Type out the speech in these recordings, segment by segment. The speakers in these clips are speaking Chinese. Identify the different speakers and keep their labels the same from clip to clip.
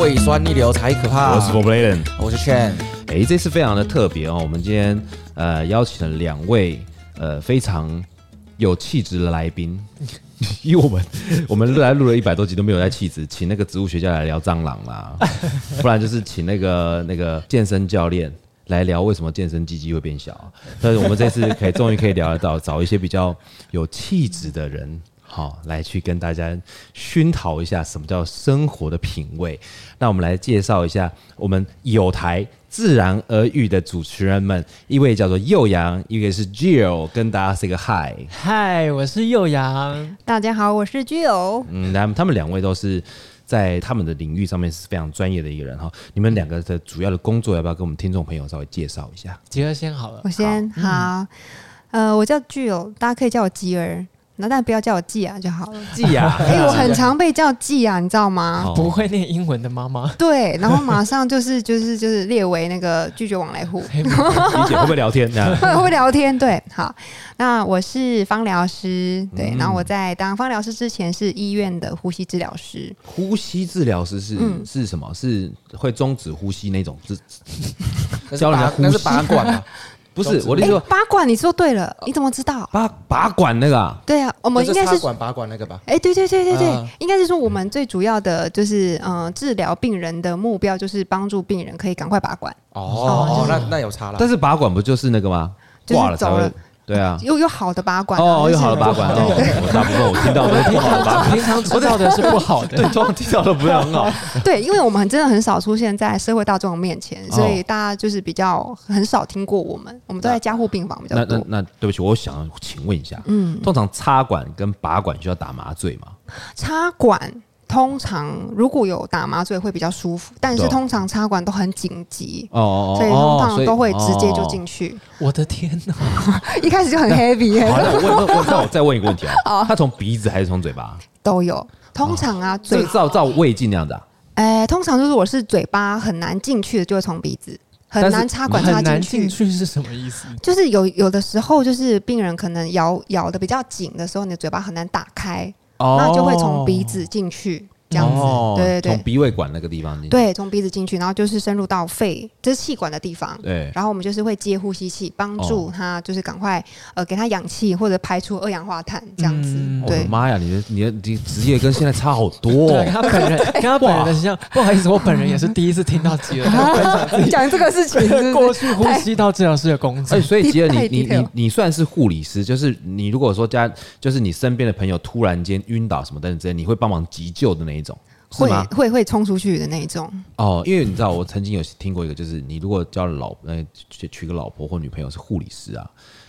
Speaker 1: 胃酸逆流才可怕。
Speaker 2: 啊我是 f o r b l a d e n
Speaker 1: 我是劝，
Speaker 2: 哎，这次非常的特别哦，我们今天呃邀请了两位呃非常有气质的来宾，因为我们我们录来录了一百多集都没有在气质，请那个植物学家来聊蟑螂啦，不然就是请那个那个健身教练。来聊为什么健身鸡鸡会变小、但是我们这次可以终于可以聊得到，找一些比较有气质的人，好、来去跟大家熏陶一下什么叫生活的品味。那我们来介绍一下我们有台自然而愈的主持人们，一位叫做幼阳，一个是 Jill，跟大家 say 个 hi。
Speaker 3: 嗨，我是幼阳，
Speaker 4: 大家好，我是居友。
Speaker 2: 嗯，他们他们两位都是在他们的领域上面是非常专业的一个人哈。你们两个的主要的工作要不要跟我们听众朋友稍微介绍一下？
Speaker 3: 杰哥先好了
Speaker 4: 我。先好,、呃，我叫居友，大家可以叫我吉儿，那但不要叫我季啊就好了。
Speaker 3: 季雅，
Speaker 4: 因为我很常被叫季啊，你知道吗？
Speaker 2: 好
Speaker 3: 不会念英文的妈 妈，
Speaker 4: 对，然后马上就是就是就是列为那个拒绝往 来户，
Speaker 2: 理解会不会聊天？那
Speaker 4: 会会聊天，对，好。那我是芳疗师，对，
Speaker 2: 嗯
Speaker 4: 然后我在当芳疗师之前是医院的呼吸治疗师，
Speaker 2: 呼吸治疗师是、
Speaker 4: 嗯
Speaker 2: 是什么？是会终止呼吸那种？是
Speaker 1: 那是
Speaker 2: 教人家
Speaker 1: 拔
Speaker 2: 呼吸
Speaker 1: 那是拔管吧？
Speaker 2: 不
Speaker 1: 终
Speaker 2: 是
Speaker 1: 止
Speaker 2: 我的意
Speaker 4: 哎
Speaker 2: 思说，
Speaker 4: 八卦你说对了，你怎么知道？
Speaker 2: 拔拔管那个、啊？
Speaker 4: 对啊，
Speaker 1: 那
Speaker 4: 我们应
Speaker 1: 是
Speaker 4: 该
Speaker 1: 插
Speaker 4: 是
Speaker 1: 管拔管那个吧？
Speaker 4: 哎、对对对对对，
Speaker 1: 啊
Speaker 4: 应该是说我们最主要的就是，嗯、治疗病人的目标就是帮助病人可以赶快拔管，
Speaker 1: 哦，哦
Speaker 4: 就是
Speaker 1: 那那有差了。
Speaker 2: 但是拔管不就是那个吗？
Speaker 4: 就是
Speaker 2: 挂了才
Speaker 4: 走
Speaker 2: 会
Speaker 4: 了。
Speaker 2: 对啊。
Speaker 4: 又又好的拔管、啊，
Speaker 2: 哦，
Speaker 4: 就是
Speaker 2: 又好了拔管
Speaker 4: 对
Speaker 2: 哦，我大部分我听到都是不好的拔 管，
Speaker 3: 平常知道的是不好
Speaker 2: 对
Speaker 3: 的，，
Speaker 2: 通常听到都不是很好。
Speaker 4: 对，因为我们真的很少出现在社会大众面前，所以大家就是比较很少听过我们，我们都在加护病房比较
Speaker 2: 哦那那
Speaker 4: 多。
Speaker 2: 那，对不起，我想请问一下，
Speaker 4: 嗯，
Speaker 2: 通常插管跟拔管需要打麻醉吗？
Speaker 4: 插管通常如果有打麻醉会比较舒服，但是
Speaker 2: 懂
Speaker 4: 通常插管都很紧急。
Speaker 2: 哦哦
Speaker 4: 所以哦通常都会直接就进。去，
Speaker 3: 我的天哪！
Speaker 4: 一开始就很 heavy，、
Speaker 2: 好，那我问问问，那我再问一个问题
Speaker 4: 哦
Speaker 2: 啊，他从鼻子还是从嘴巴？
Speaker 4: 都有。通常啊，
Speaker 2: 这
Speaker 4: 嘴
Speaker 2: 个照照胃镜那样子啊？
Speaker 4: 哎、通常就是我是嘴巴很难进去的，就会从鼻子 很
Speaker 2: 但是
Speaker 4: 难插管插
Speaker 3: 很难进
Speaker 4: 进去。
Speaker 3: 去是什么意思？
Speaker 4: 就是有有的时候，就是病人可能咬咬的比较紧的时候，你的嘴巴很难打开，那就会从鼻子进去，这样子。
Speaker 2: 哦
Speaker 4: 哦对对
Speaker 2: 从
Speaker 4: 对，
Speaker 2: 鼻胃管那个地方进去。
Speaker 4: 对，从鼻子进去，然后就是深入到肺，这是气管的地方。
Speaker 2: 对哦
Speaker 4: 然后我们就是会接呼吸器，帮助他就是赶快呃给他氧气或者排出二氧化碳这样子。
Speaker 3: 嗯
Speaker 2: 我的
Speaker 4: 对，
Speaker 2: 哦妈呀，你的你的你的职业跟现在差好 多
Speaker 3: 对，
Speaker 2: 哦
Speaker 3: 跟。他本人，跟他本人的形象，不好意思，我本人也是第一次听到 吉
Speaker 4: 啊
Speaker 3: 尔
Speaker 4: 讲这个事情是 不是
Speaker 3: 过去呼吸道治疗师的工作
Speaker 2: 哎，。所以吉尔，你你
Speaker 4: detail
Speaker 2: 你你算是护理师，就是你如果说家，就是你身边的朋友突然间晕倒什么等等之类，你会帮忙急救的那一种，是
Speaker 4: 会
Speaker 2: 吗？
Speaker 4: 会会冲出去的那一种。
Speaker 2: 哦，因为你知道，我曾经有听过一个，就是你如果交了老呃娶娶个老婆或女朋友是护理师啊，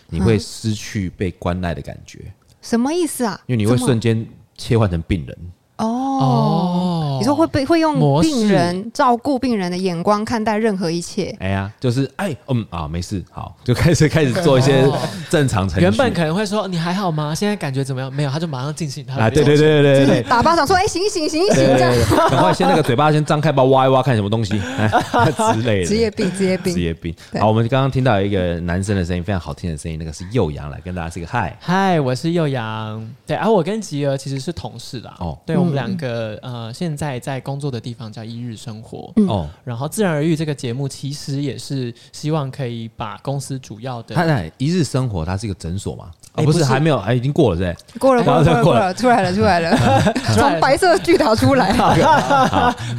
Speaker 2: 你会失去被关爱的感觉，
Speaker 4: 什么意思啊？
Speaker 2: 因为你会
Speaker 4: 怎么
Speaker 2: 瞬间切换成病人。
Speaker 4: 哦。你说会被会用
Speaker 3: 模式
Speaker 4: 病人照顾病人的眼光看待任何 一切，
Speaker 2: 哎呀，就是哎嗯啊，没事，好，就 开始开始做一些
Speaker 3: 哦
Speaker 2: 正常程序。
Speaker 3: 原本可能会说你还好吗？现在感觉怎么样？没有，他就马上进行他的
Speaker 2: 啊，对对对对对对。
Speaker 4: 打巴掌说：“哎、醒一醒醒一醒！”
Speaker 2: 对对
Speaker 4: 这样
Speaker 2: 对，对赶快先那个嘴巴先张开，吧，挖一挖，看什么东西、哎、 之类的。
Speaker 4: 职业病，职业
Speaker 2: 职
Speaker 4: 病。
Speaker 2: 业病。
Speaker 4: 对
Speaker 2: 好，我们刚刚听到一个男生的声音，非常好听的声音，那个是幼阳来跟大家 say 个嗨。
Speaker 3: 嗨，我是幼阳。对，而、啊、我跟吉儿其实是同事啦。
Speaker 2: 哦
Speaker 3: 哦，对我们
Speaker 4: 嗯
Speaker 3: 两个、呃，现在在工作的地方叫一日生活。
Speaker 4: 嗯
Speaker 2: 哦，
Speaker 3: 然后《自然而愈》这个节目其实也是希望可以把公司主要的
Speaker 2: 他那一日生活，它是一个诊所嘛？啊，
Speaker 3: 哎
Speaker 2: 不是，
Speaker 3: 不是
Speaker 2: 还没有，还已经过了，是不是？
Speaker 4: 过了，过了，过
Speaker 2: 哎
Speaker 4: 了，过了，出来了，出来了， 从白色巨塔出来。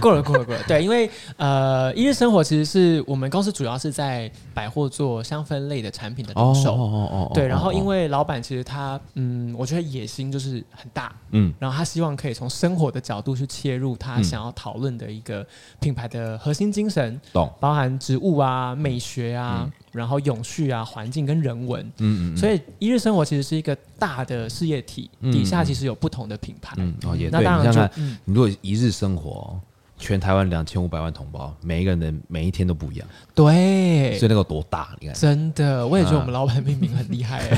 Speaker 3: 过了过了过了，对，因为呃，一日生活其实是我们公司主要是在百货做香氛类的产品的零售。
Speaker 2: 哦
Speaker 3: 对，然后因为老板其实他，嗯，我觉得野心就是很大，
Speaker 2: 嗯
Speaker 3: 然后他希望可以从生活的角度去切入他
Speaker 2: 嗯
Speaker 3: 想要讨论的一个品牌的核心精神，
Speaker 2: 懂，
Speaker 3: 包含植物啊、美学啊，
Speaker 2: 嗯
Speaker 3: 然后永续啊、环境跟人文。
Speaker 2: 嗯嗯，
Speaker 3: 所
Speaker 2: 以
Speaker 3: 以一日生活其实是一个大的事业体，
Speaker 2: 嗯
Speaker 3: 底下其实有不同的品牌。
Speaker 2: 嗯哦也对，
Speaker 3: 那
Speaker 2: 你
Speaker 3: 当
Speaker 2: 想
Speaker 3: 然
Speaker 2: 想看
Speaker 3: 就，嗯，
Speaker 2: 你如果一日生活，全台湾两千五百万同胞，每一个人每一天都不一样，
Speaker 3: 对
Speaker 2: 所以，那个有多大？你看，
Speaker 3: 真的，我也觉得
Speaker 2: 啊
Speaker 3: 我们老板命名很 厉害、欸。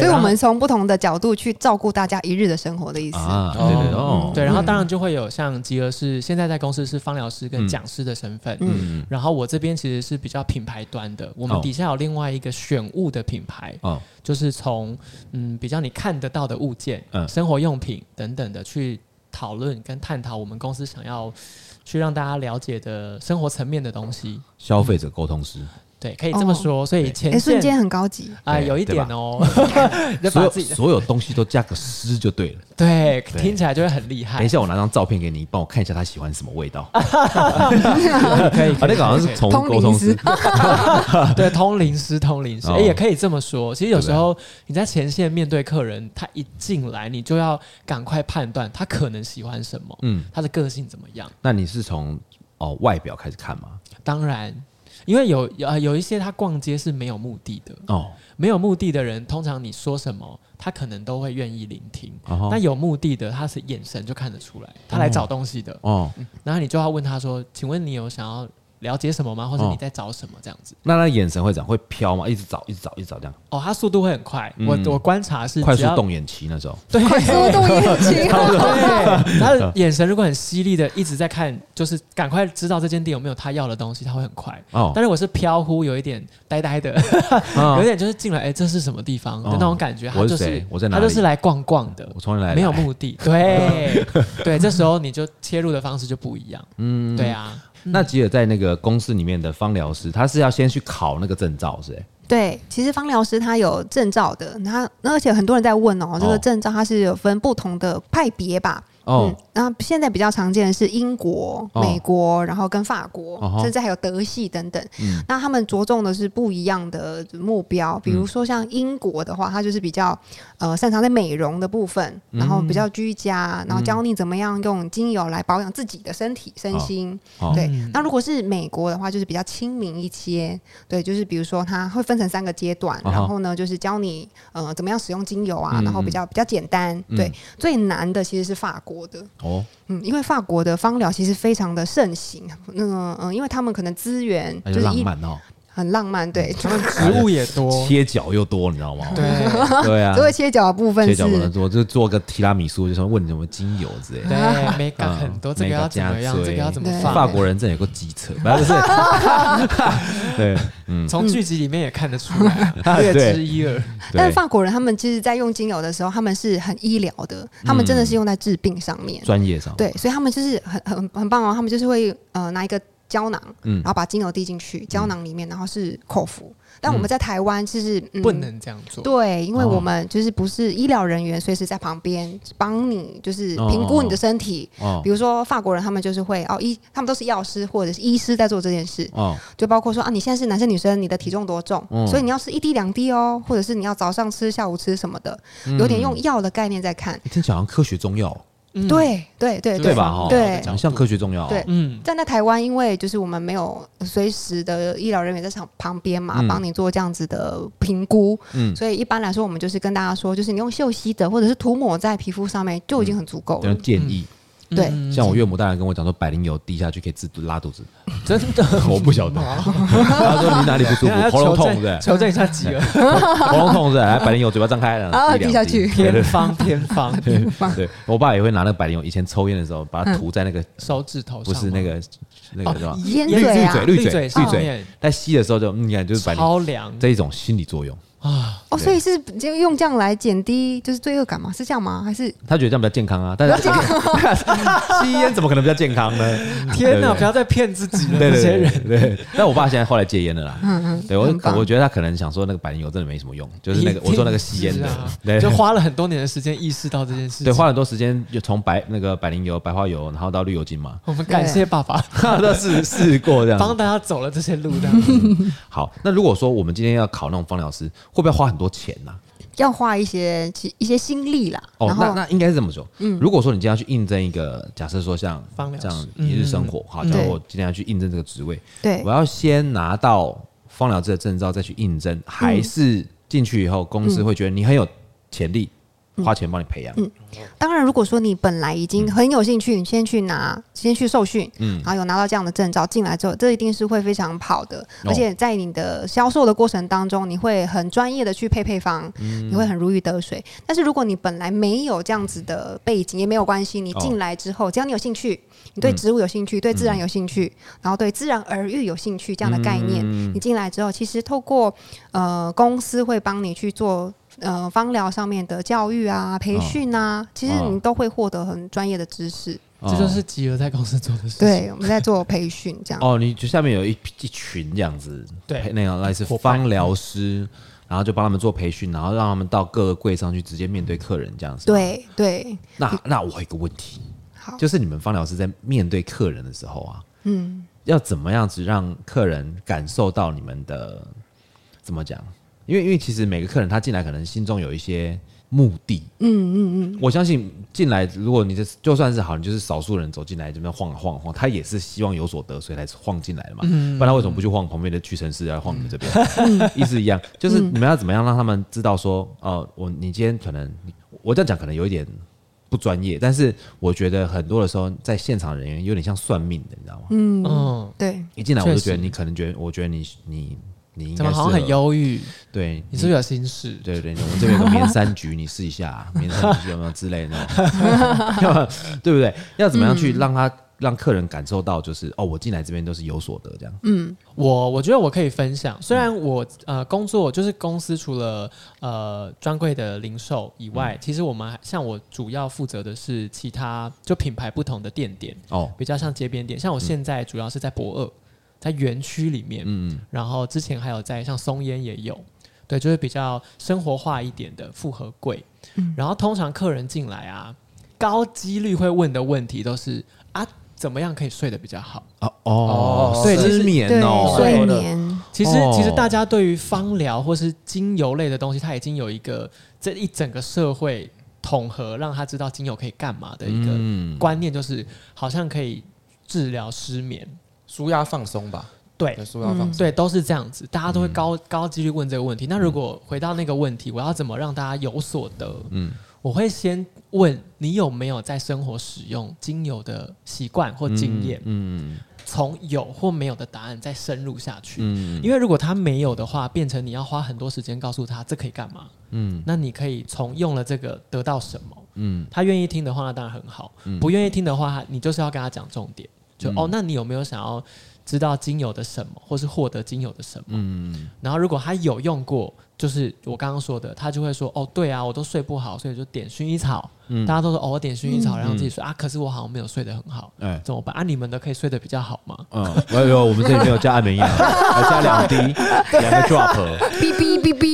Speaker 4: 所以我们
Speaker 3: 然
Speaker 4: 从不同的角度去照顾大家一日的生活的意思。
Speaker 2: 啊，对对对，哦
Speaker 3: 后，对，然后当然就会有像吉儿是现在在公司是芳疗师
Speaker 2: 嗯
Speaker 3: 跟讲师的身份。
Speaker 4: 嗯
Speaker 2: 嗯
Speaker 3: 然后我这边其实是比较品牌端的，我
Speaker 2: 哦
Speaker 3: 们底下有另外一个选物的品牌，
Speaker 2: 哦
Speaker 3: 就是从嗯比较你看得到的物件、
Speaker 2: 嗯
Speaker 3: 生活用品等等的去讨论跟探讨我们公司想要去让大家了解的生活层面的东西。
Speaker 2: 消费者沟通师，
Speaker 3: 对，可以这么说。所以前
Speaker 4: 哎，瞬
Speaker 3: 线
Speaker 4: 间很高级，
Speaker 3: 啊、
Speaker 2: 对
Speaker 3: 有一
Speaker 2: 对吧
Speaker 3: 点哦， 你在
Speaker 2: 所
Speaker 3: 把
Speaker 2: 有
Speaker 3: 自己的
Speaker 2: 所有东西都加个师就 对了。
Speaker 3: 对
Speaker 2: 对
Speaker 3: 听起来就会很厉害。
Speaker 2: 等一下，我拿张照片给你，帮我看一下他喜欢什么味道。
Speaker 3: 可以，可以，
Speaker 2: 啊，那个好像是
Speaker 3: 可以
Speaker 2: 宠物
Speaker 4: 通
Speaker 2: 沟
Speaker 4: 灵
Speaker 2: 通师
Speaker 4: 师，
Speaker 3: 对，通灵师，通灵师，
Speaker 2: 哦
Speaker 3: 诶也可以这么说。其实有时
Speaker 2: 对不对
Speaker 3: 候你在前线面对客人，他一进来，你就要赶快判断他可能喜欢什么，
Speaker 2: 嗯，
Speaker 3: 他的个性怎么样。
Speaker 2: 那你是从哦外表开始看吗？
Speaker 3: 当然，因为有有呃有一些他逛街是没有目的的，
Speaker 2: 哦，
Speaker 3: 没有目的的人，通常你说什么，他可能都会愿意聆听。
Speaker 2: 然后
Speaker 3: 但有目的的，他是眼神就看得出来，他来找东西的。
Speaker 2: 哦，
Speaker 3: 然后你就要问他说：“请问你有想要了解什么吗？或者
Speaker 2: 哦
Speaker 3: 你在找什么？”这样子。
Speaker 2: 那他眼神会怎样？会飘吗？一直找，一直找，一直找，这样
Speaker 3: 哦，他速度会很快。
Speaker 2: 嗯
Speaker 3: 我我观察是
Speaker 2: 快
Speaker 3: 只
Speaker 2: 速
Speaker 3: 要
Speaker 2: 动眼期那时候。
Speaker 3: 对，
Speaker 4: 快速动眼睛，
Speaker 3: 对，他
Speaker 2: 嗯
Speaker 3: 的眼神如果很犀利的一直在看，就是赶快知道这间店有没有他要的东西，他会很快。
Speaker 2: 哦，
Speaker 3: 但是我是飘忽，有一点呆呆的，
Speaker 2: 啊
Speaker 3: 有一点就是进来，哎、这是什么地方的
Speaker 2: 哦
Speaker 3: 那种感觉。他
Speaker 2: 我
Speaker 3: 就是是
Speaker 2: 谁我在哪
Speaker 3: 他
Speaker 2: 里
Speaker 3: 就是来逛逛的，
Speaker 2: 我从来来
Speaker 3: 没有目的。 对对，这时候你就切入的方式就不一样。嗯，对啊，
Speaker 2: 哎那吉尔在那个公司里面的芳疗师，他是要先去考那个证照，是不是？
Speaker 4: 对，其实芳疗师他有证照的，他那而且很多人在问哦，这
Speaker 2: 哦
Speaker 4: 个证照它是有分不同的派别吧？
Speaker 2: 哦，
Speaker 4: 嗯，那现在比较常见的是英国、
Speaker 2: 哦
Speaker 4: 美国，然后跟法国，
Speaker 2: 哦吼
Speaker 4: 甚至还有德系等等。
Speaker 2: 嗯
Speaker 4: 那他们着重的是不一样的目标，比如说像英国的话，它就是比较呃擅长在美容的部分，
Speaker 2: 嗯
Speaker 4: 然后比较居家，然后教你怎么样用精油来保养自己的身体、身心。
Speaker 2: 哦
Speaker 4: 对
Speaker 3: 嗯，
Speaker 4: 那如果是美国的话，就是比较亲民一些。对，就是比如说它会分成三个阶段，
Speaker 2: 哦吼
Speaker 4: 然后呢就是教你呃怎么样使用精油啊，
Speaker 2: 嗯
Speaker 4: 然后比较比较简单。
Speaker 2: 嗯
Speaker 4: 对，最难的其实是法国的。
Speaker 2: 哦，
Speaker 4: 嗯，因为法国的芳疗其实非常的盛行，那个嗯，因为他们可能资源
Speaker 2: 那
Speaker 4: 就
Speaker 2: 就是浪
Speaker 4: 一
Speaker 2: 漫嗯哦，
Speaker 4: 很浪漫，对，
Speaker 3: 他们 植物也多，
Speaker 2: 切角又多，你知道吗？
Speaker 3: 对
Speaker 2: 对啊
Speaker 4: 只，会切角的部分
Speaker 2: 切
Speaker 4: 是
Speaker 2: 角不能做，就做个提拉米苏，就说问你有没有精油之类的。
Speaker 3: 对，美感
Speaker 2: 嗯
Speaker 3: 很多，这个要怎么样？
Speaker 2: 美感加
Speaker 3: 这
Speaker 2: 追
Speaker 3: 个要怎么
Speaker 4: 对
Speaker 3: 放？
Speaker 2: 法国人真的有个机车，不要就是， 对，
Speaker 3: 从剧集里面也看得出来，略
Speaker 2: 嗯 对
Speaker 3: 知一二。
Speaker 4: 但
Speaker 2: 对，
Speaker 4: 法国人他们其实，在用精油的时候，他们是很医疗的，他们真
Speaker 2: 嗯
Speaker 4: 的是用在治病上面。
Speaker 2: 专业上，
Speaker 4: 对，所以他们就是很很很棒哦，他们就是会呃拿一个胶囊，
Speaker 2: 嗯
Speaker 4: 然后把精油滴进去胶囊里面，然后是口服。但我们在台湾其实、嗯
Speaker 3: 不能这样做。
Speaker 4: 对，因为
Speaker 2: 哦
Speaker 4: 我们就是不是医疗人员，随时在旁边帮你，就是
Speaker 2: 哦
Speaker 4: 评估你
Speaker 2: 哦
Speaker 4: 的身体。
Speaker 2: 哦
Speaker 4: 比如说法国人，他们就是会哦医，他们都是药师或者是医师在做这件事，
Speaker 2: 哦，
Speaker 4: 就包括说啊，你现在是男生女生，你的体重多重，
Speaker 2: 嗯
Speaker 4: 所以你要吃一滴两滴哦，或者是你要早上吃、下午吃什么的，
Speaker 2: 嗯
Speaker 4: 有点用药的概念在看。
Speaker 2: 听起来好像科学中药，
Speaker 3: 嗯，
Speaker 4: 对对哎对
Speaker 2: 对吧？哈，
Speaker 4: 对
Speaker 2: 很像科学中药，哦
Speaker 4: 对
Speaker 3: 嗯，
Speaker 4: 站在台湾，因为就是我们没有随时的医疗人员在场旁边嘛
Speaker 2: 嗯，
Speaker 4: 帮你做这样子的评估，
Speaker 2: 嗯，
Speaker 4: 所以一般来说，我们就是跟大家说，就是你用嗅吸的或者是涂抹在皮肤上面就已经很足够了
Speaker 2: 等。建议，
Speaker 4: 对
Speaker 3: 嗯
Speaker 2: 像我岳母大人跟我讲说，百灵油滴下去可以治拉肚子，
Speaker 3: 真 的，
Speaker 2: 我不晓得，
Speaker 4: 哦
Speaker 2: 他说你哪里不 舒
Speaker 3: 等一下
Speaker 2: 服，喉咙痛是
Speaker 3: 求
Speaker 2: 不
Speaker 3: 证
Speaker 2: 是？
Speaker 3: 求证一下 吉儿，
Speaker 2: 喉咙痛是不是来百灵油，嘴巴张开了，
Speaker 4: 啊
Speaker 2: 一两
Speaker 4: 滴下去
Speaker 2: 对对
Speaker 3: 偏方偏方，
Speaker 2: 对 对，我爸也会拿那个百灵油，以前抽烟的时候把它
Speaker 4: 嗯
Speaker 2: 涂在那个
Speaker 3: 手指头上
Speaker 2: 不是
Speaker 3: 吗
Speaker 2: 那 个那个什么，
Speaker 4: 烟
Speaker 3: 烟
Speaker 4: 嘴
Speaker 2: 绿
Speaker 4: 啊
Speaker 2: 嘴
Speaker 3: 绿
Speaker 2: 绿
Speaker 3: 嘴
Speaker 2: 嘴
Speaker 3: 上
Speaker 2: 绿嘴
Speaker 3: 面，
Speaker 2: 在吸的时候就嗯你看就是百灵油
Speaker 3: 超凉
Speaker 2: 这一种心理作用，
Speaker 3: 啊！
Speaker 4: 哦，所以是就用这样来减低就是罪恶感吗？是这样吗？还是
Speaker 2: 他觉得这样比较健康啊，但是 吸烟怎么可能比较健康呢？
Speaker 3: 天哪，
Speaker 2: 哪，
Speaker 3: 不要再骗自己了，
Speaker 2: 对
Speaker 3: 这些
Speaker 2: 对
Speaker 3: 人。
Speaker 2: 对对，对但我爸现在后来戒烟了啦。
Speaker 4: 嗯嗯，
Speaker 2: 对我
Speaker 4: 很
Speaker 2: 可，
Speaker 4: 棒
Speaker 2: 我觉得他可能想说那个百灵油真的没什么用，就是那个我说那个吸烟
Speaker 3: 一定
Speaker 2: 的
Speaker 3: 是啊，
Speaker 2: 对
Speaker 3: 就花了很多年的时间意识到这件事情。，
Speaker 2: 对，花，很多时间就从白那个百灵油、白花油，然后到绿油精嘛
Speaker 3: 我们感谢爸爸
Speaker 2: 都试试过这
Speaker 3: 帮
Speaker 2: 样。
Speaker 3: 大家走了这些路，这样子
Speaker 2: 好，那如果说我们今天要考那种芳疗师，会不会花很多钱呢、
Speaker 4: 要花一些其一些心力啦。
Speaker 2: 哦
Speaker 4: 然，
Speaker 2: 那嗯
Speaker 4: 后
Speaker 2: 那应该是这么说。如果说你今天要去应征一个，假设说像
Speaker 3: 芳疗
Speaker 2: 这
Speaker 3: 师
Speaker 2: 样一日生活，好，假
Speaker 4: 对
Speaker 2: 如我今天要去应征这个职位，
Speaker 4: 对
Speaker 2: 我，要先拿到芳疗师的证照再去应征，还是进去以后公司会觉得你很有潜力，花钱帮你培养？
Speaker 4: 当然，如果说你本来已经很有兴趣，你先去拿，先去受训，
Speaker 2: 嗯
Speaker 4: 然后有拿到这样的证照进来之后，这一定是会非常好的。而且在你的销售的过程当中，你会很专业的去配配方，你会很如鱼得水。但是如果你本来没有这样子的背景，也没有关系，你进来之后，只要你有兴趣，你对植物有兴趣，对自然有兴趣，然后对自然而愈有
Speaker 2: 嗯
Speaker 4: 兴趣这样的概念，你进来之后，其实透过呃公司会帮你去做。呃芳疗上面的教育
Speaker 2: 哦
Speaker 4: 啊、培训啊，其实你都会获得很专业的知识。
Speaker 2: 嗯
Speaker 3: 这就是吉儿在公司做的事情。
Speaker 4: 对，我们在做培训这样。
Speaker 2: 哦，你就下面有一批一群这样子，
Speaker 3: 对
Speaker 2: 那样类似
Speaker 3: 伙伴
Speaker 2: 芳疗师，然后就帮他们做培训，然后让他们到各个柜上去直接面对客人这样子。，
Speaker 4: 对对，
Speaker 2: 那那我有一个问题，
Speaker 4: 好，
Speaker 2: 就是你们芳疗师在面对客人的时候啊，
Speaker 4: 嗯，
Speaker 2: 要怎么样子让客人感受到你们的怎么讲？因为因为其实每个客人他进来可能心中有一些目的，嗯嗯嗯，我相信进来如果你这就算是好，你就是少数人走进来这边晃啊晃啊晃，他也是希望有所得，所以才晃进来的嘛，不然他为什么不去晃旁边的屈臣氏，来晃你们这边？ 意思一样，就是你们要怎么样让他们知道说，哦，我你今天可能我这样讲可能有一点不专业，但是我觉得很多的时候在现场人员有点像算命的，你知道吗？
Speaker 3: 嗯，
Speaker 4: 对，
Speaker 2: 一进来我就觉
Speaker 3: 确
Speaker 2: 得
Speaker 3: 实
Speaker 2: 你可能觉得，我觉得你你你应
Speaker 3: 怎
Speaker 2: 该哦嗯
Speaker 3: 么好像很
Speaker 2: 适合，
Speaker 3: 忧郁？
Speaker 2: 对，
Speaker 3: 你是不是有心事？
Speaker 2: 对对，对我们这边有个棉山菊，你试一下棉山菊有没有之类的那种，对不对？要怎么样去让他让客人感受到，就是哦，我进来这边都是有所得这样。
Speaker 3: 我我觉得我可以分享，虽然我呃工作就是公司除了呃专柜的零售以外，其实我们还像我主要负责的是其他就品牌不同的店点，
Speaker 2: 哦，
Speaker 3: 比较像街边店。像我现在主要是在博二，在园区里面，
Speaker 2: 嗯
Speaker 3: 然后之前还有在像松烟也有，对，就是比较生活化一点的复合柜。然后通常客人进来啊，高几率会问的问题都是啊，怎么样可以睡得比较好？
Speaker 2: 嗯，哦哦
Speaker 1: 哦，
Speaker 3: 所以其实
Speaker 2: 失眠
Speaker 4: 对
Speaker 2: 哦，
Speaker 1: 所以
Speaker 4: 睡
Speaker 1: 我的
Speaker 4: 眠，
Speaker 3: 其实
Speaker 2: 哦，
Speaker 3: 其实大家对于芳疗或是精油类的东西，它已经有一个这一整个社会统合，让他知道精油可以干嘛的一个
Speaker 2: 嗯，
Speaker 3: 观念，就是好像可以治疗失眠。
Speaker 1: 舒压放松吧，
Speaker 2: 哎
Speaker 3: 对
Speaker 1: 舒压放松。
Speaker 3: 对，都是这样子，大家都
Speaker 2: 嗯
Speaker 3: 会高、高几率问这个问题。那如果回到那个问题，我要怎么让大家有所得？嗯
Speaker 2: 嗯，
Speaker 3: 我会先问你有没有在生活使用精油的习惯或经验，
Speaker 2: 嗯
Speaker 3: 从有或没有的答案再深入下去。
Speaker 2: 嗯
Speaker 3: 因为如果他没有的话，变成你要花很多时间告诉他这可以干嘛。嗯
Speaker 2: 嗯，
Speaker 3: 那你可以从用了这个得到什么？
Speaker 2: 嗯
Speaker 3: 他愿意听的话，那当然很好；
Speaker 2: 嗯
Speaker 3: 不愿意听的话，你就是要跟他讲重点。就、
Speaker 2: 嗯
Speaker 3: 哦，那你有没有想要知道精油的什么，或是获得精油的什么？
Speaker 2: 嗯
Speaker 3: 然后如果他有用过，就是我刚刚说的，他就会说哦，对啊，我都睡不好，所以就点薰衣草。
Speaker 2: 嗯
Speaker 3: 大家都说哦，我点薰衣草，然后自己说啊，可是我好像没有睡得很好，
Speaker 2: 哎。
Speaker 3: 怎么办？啊，你们的可以睡得比较好吗？
Speaker 2: 嗯，有有，我们这里没有加安眠药，还加两滴，两个 drop。
Speaker 4: 哔哔哔哔，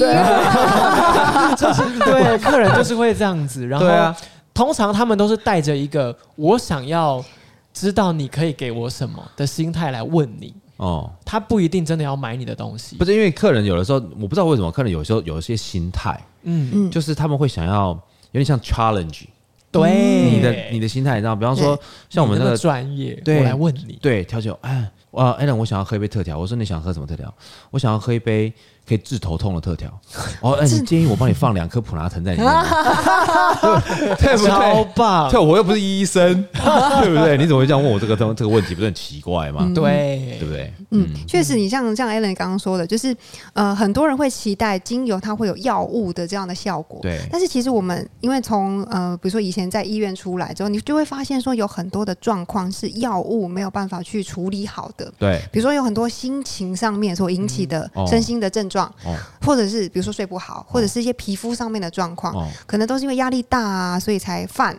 Speaker 3: 对，客人就是会这样子。然后，
Speaker 2: 对啊
Speaker 3: 通常他们都是带着一个我想要知道你可以给我什么的心态来问你，
Speaker 2: 哦，
Speaker 3: 他不一定真的要买你的东西。
Speaker 2: 不是因为客人有的时候，我不知道为什么客人有时候有一些心态，
Speaker 3: 嗯，
Speaker 4: 嗯，
Speaker 2: 就是他们会想要有点像 challenge
Speaker 3: 对，
Speaker 2: 你的你的心态，你知道？比方说像我们
Speaker 3: 嗯你
Speaker 2: 那
Speaker 3: 那么
Speaker 2: 个
Speaker 3: 专业，
Speaker 2: 对
Speaker 3: 我来问你，
Speaker 2: 对调酒，哎，啊 a l a n 我想要喝一杯特调。我说你想喝什么特调？我想要喝一杯可以治头痛的特调。哦，哎，你建议我帮你放两颗普拿疼在里面吗，对不
Speaker 3: 超
Speaker 2: 对？
Speaker 3: 棒
Speaker 4: 啊
Speaker 2: 对，，我又不是医生， 对不对？你怎么会这样问我这个这个问题？不是很奇怪吗？
Speaker 3: 对
Speaker 2: 对不对？
Speaker 4: 嗯，确实，你像像 Alan 刚刚说的，就是呃，很多人会期待精油它会有药物的这样的效果。
Speaker 2: 对
Speaker 4: 但是其实我们因为从呃，比如说以前在医院出来之后，你就会发现说有很多的状况是药物没有办法去处理好的。
Speaker 2: 对，
Speaker 4: 比如说有很多心情上面所引起的
Speaker 2: 嗯哦
Speaker 4: 身心的症状，
Speaker 2: 哦
Speaker 4: 或者是比如说睡不好，或者是一些皮肤上面的状况，
Speaker 2: 哦
Speaker 4: 可能都是因为压力大啊，所以才犯。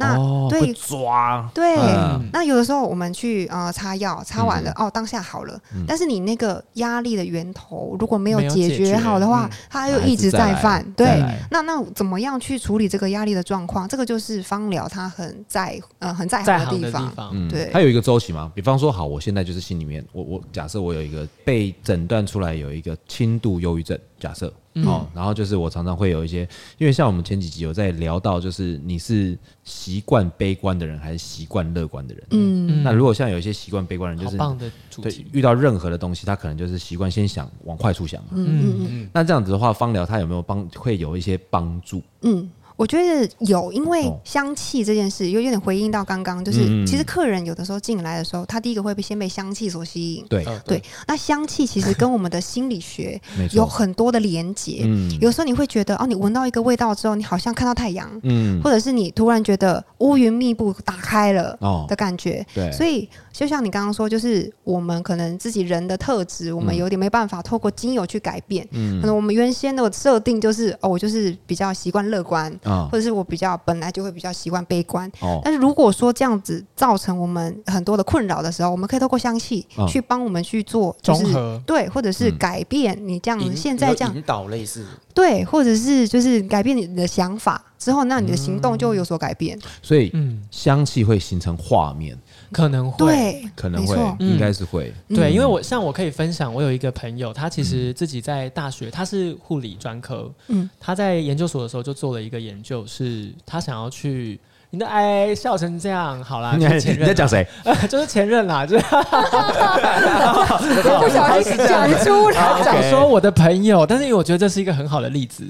Speaker 4: 那、
Speaker 2: 哦，会
Speaker 4: 对
Speaker 2: 抓，
Speaker 4: 对，
Speaker 2: 嗯
Speaker 4: 那有的时候我们去呃擦药，擦完了、哦，当下好了，但是你那个压力的源头如果没有
Speaker 3: 没有
Speaker 4: 解
Speaker 3: 解决
Speaker 4: 决好的话，它又一直在犯。
Speaker 2: 再
Speaker 4: 对，
Speaker 2: 来
Speaker 4: 那那怎么样去处理这个压力的状况？这个就是芳疗它很在呃很在
Speaker 3: 在
Speaker 4: 行
Speaker 3: 行的地
Speaker 4: 方。
Speaker 3: 方，
Speaker 2: 嗯
Speaker 4: 对
Speaker 2: 它有一个周期嘛。比方说，好，我现在就是心里面，我我假设我有一个被诊断出来有一个轻度忧郁症，假设、
Speaker 4: 嗯
Speaker 2: 哦，然后就是我常常会有一些，因为像我们前几集有在聊到，就是你是习惯悲观的人还是习惯乐观的人？
Speaker 4: 嗯，哦
Speaker 2: 那如果像有一些习惯悲观的人，
Speaker 3: 好
Speaker 2: 就是
Speaker 3: 棒的主
Speaker 2: 对
Speaker 3: 题，
Speaker 2: 遇到任何的东西，他可能就是习惯先想往坏处想嘛。
Speaker 3: 嗯，
Speaker 2: 那这样子的话，芳疗它有没有帮会有一些帮助？
Speaker 4: 嗯，我觉得有，因为
Speaker 2: 哦
Speaker 4: 香气这件事有有点回应到刚刚，就是、
Speaker 2: 嗯嗯嗯
Speaker 4: 其实客人有的时候进来的时候，他第一个会被先被香气所吸引。
Speaker 2: 对，
Speaker 3: 哦
Speaker 4: 对，那香气其实跟我们的心理学
Speaker 2: 没
Speaker 4: 有
Speaker 2: 错，
Speaker 4: 很多的连结。
Speaker 2: 嗯
Speaker 4: 有时候你会觉得，哦，你闻到一个味道之后，你好像看到太阳，
Speaker 2: 嗯
Speaker 4: 或者是你突然觉得乌云密布打开了
Speaker 2: 哦
Speaker 4: 的感觉。
Speaker 2: 对，
Speaker 4: 所以就像你刚刚说，就是我们可能自己人的特质，
Speaker 2: 嗯
Speaker 4: 我们有点没办法透过精油去改变。可能我们原先的设定就是，哦，我就是比较习惯乐观，
Speaker 2: 啊
Speaker 4: 或者是我比较本来就会比较习惯悲观。
Speaker 2: 哦，
Speaker 4: 但是如果说这样子造成我们很多的困扰的时候，我们可以透过香气
Speaker 2: 嗯
Speaker 4: 去帮我们去做就
Speaker 3: 综
Speaker 4: 是
Speaker 3: 合
Speaker 4: 对，或者是
Speaker 2: 嗯
Speaker 4: 改变你这样
Speaker 1: 引
Speaker 4: 现在
Speaker 1: 有
Speaker 4: 这样
Speaker 1: 引导类似，
Speaker 4: 对，或者是就是改变你的想法之后，那你的行动就有所改变。
Speaker 2: 所以
Speaker 3: 嗯，
Speaker 2: 香气会形成画面，
Speaker 3: 可能会
Speaker 4: 对，
Speaker 2: 可能
Speaker 4: 没
Speaker 2: 会
Speaker 4: 错
Speaker 2: 应该是会，
Speaker 3: 对，因为我像我可以分享，我有一个朋友，他其
Speaker 2: 嗯
Speaker 3: 实自己在大学，他是护理专科，
Speaker 4: 嗯
Speaker 3: 他在研究所的时候就做了一个研究，是他想要去。你的哎笑成这样，好 啦，
Speaker 2: 你
Speaker 3: 就是前
Speaker 2: 你
Speaker 3: 任啦
Speaker 2: 在讲谁？
Speaker 3: 就是前任啦，就是
Speaker 4: 嗯不小心讲出来。
Speaker 3: 他想说我的朋友，但是因为我觉得这是一个很好的例子，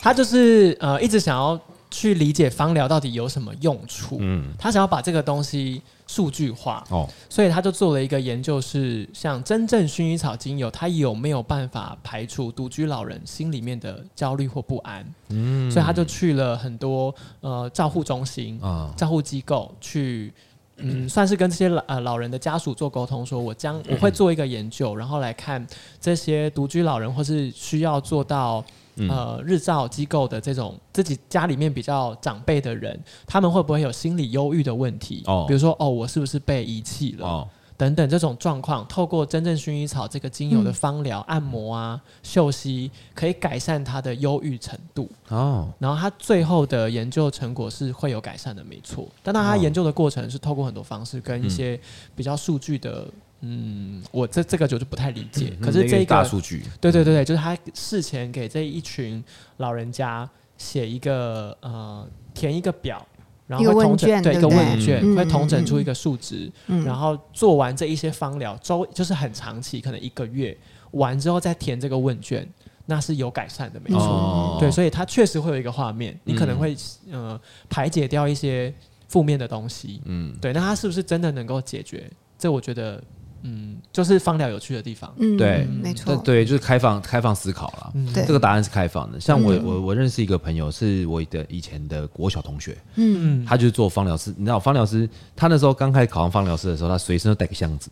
Speaker 3: 他就是呃一直想要去理解芳疗到底有什么用处，
Speaker 2: 嗯，
Speaker 3: 他想要把这个东西数据化，
Speaker 2: 哦，
Speaker 3: 所以他就做了一个研究是，像真正薰衣草精油，它有没有办法排除独居老人心里面的焦虑或不安？嗯，所以他就去了很多呃照护中心、
Speaker 2: 啊，
Speaker 3: 照护机构去，嗯，算是跟这些老呃老人的家属做沟通，说我
Speaker 2: 嗯
Speaker 3: 将我会做一个研究，然后来看这些独居老人或是需要做到。
Speaker 2: 嗯
Speaker 3: 呃，日照机构的这种自己家里面比较长辈的人，他们会不会有心理忧郁的问题？
Speaker 2: 哦
Speaker 3: 比如说，哦，我是不是被遗弃了？
Speaker 2: 哦，
Speaker 3: 等等这种状况，透过真正薰衣草这个精
Speaker 2: 嗯
Speaker 3: 油的芳疗、按摩啊、嗅吸，可以改善他的忧郁程度。
Speaker 2: 哦，
Speaker 3: 然后他最后的研究成果是会有改善的，没错。但
Speaker 2: 哦
Speaker 3: 当然他研究的过程是透过很多方式跟一些比较数据的，嗯，我这这个就就不太理解。可是
Speaker 2: 嗯那
Speaker 3: 这
Speaker 2: 个
Speaker 3: 一
Speaker 2: 大
Speaker 3: 个，
Speaker 2: 数据，
Speaker 3: 对对对对，就是他事前给这一群老人家写一个呃，填一个表。然后
Speaker 4: 一个
Speaker 3: 会
Speaker 4: 问
Speaker 3: 统整
Speaker 4: 卷
Speaker 3: 对一
Speaker 4: 对
Speaker 3: 个
Speaker 4: 不对
Speaker 3: 问卷，
Speaker 4: 嗯
Speaker 3: 会统整
Speaker 4: 嗯
Speaker 3: 出一
Speaker 4: 嗯
Speaker 3: 个数值，
Speaker 4: 嗯
Speaker 3: 然后做完这一些芳疗，周就是很长期，可能一个月完之后再填这个问卷，那是有改善的，没错。
Speaker 2: 哦，
Speaker 3: 对，所以它确实会有一个画面，你可能
Speaker 2: 嗯
Speaker 3: 会、呃排解掉一些负面的东西。
Speaker 2: 嗯，
Speaker 3: 对，那它是不是真的能够解决？这我觉得，嗯，就是芳疗有趣的地方。
Speaker 4: 嗯，
Speaker 2: 对
Speaker 4: 没
Speaker 2: 对
Speaker 4: 错，
Speaker 2: 对，就是开放开放思考啦。
Speaker 3: 嗯，
Speaker 4: 对
Speaker 2: 这个答案是开放的。像我
Speaker 4: 嗯
Speaker 2: 我我认识一个朋友，是我的以前的国小同学，
Speaker 4: 嗯，
Speaker 3: 嗯，
Speaker 2: 他就是做芳疗师。你知道芳疗师，他那时候刚开始考上芳疗师的时候，他随身都带个箱子，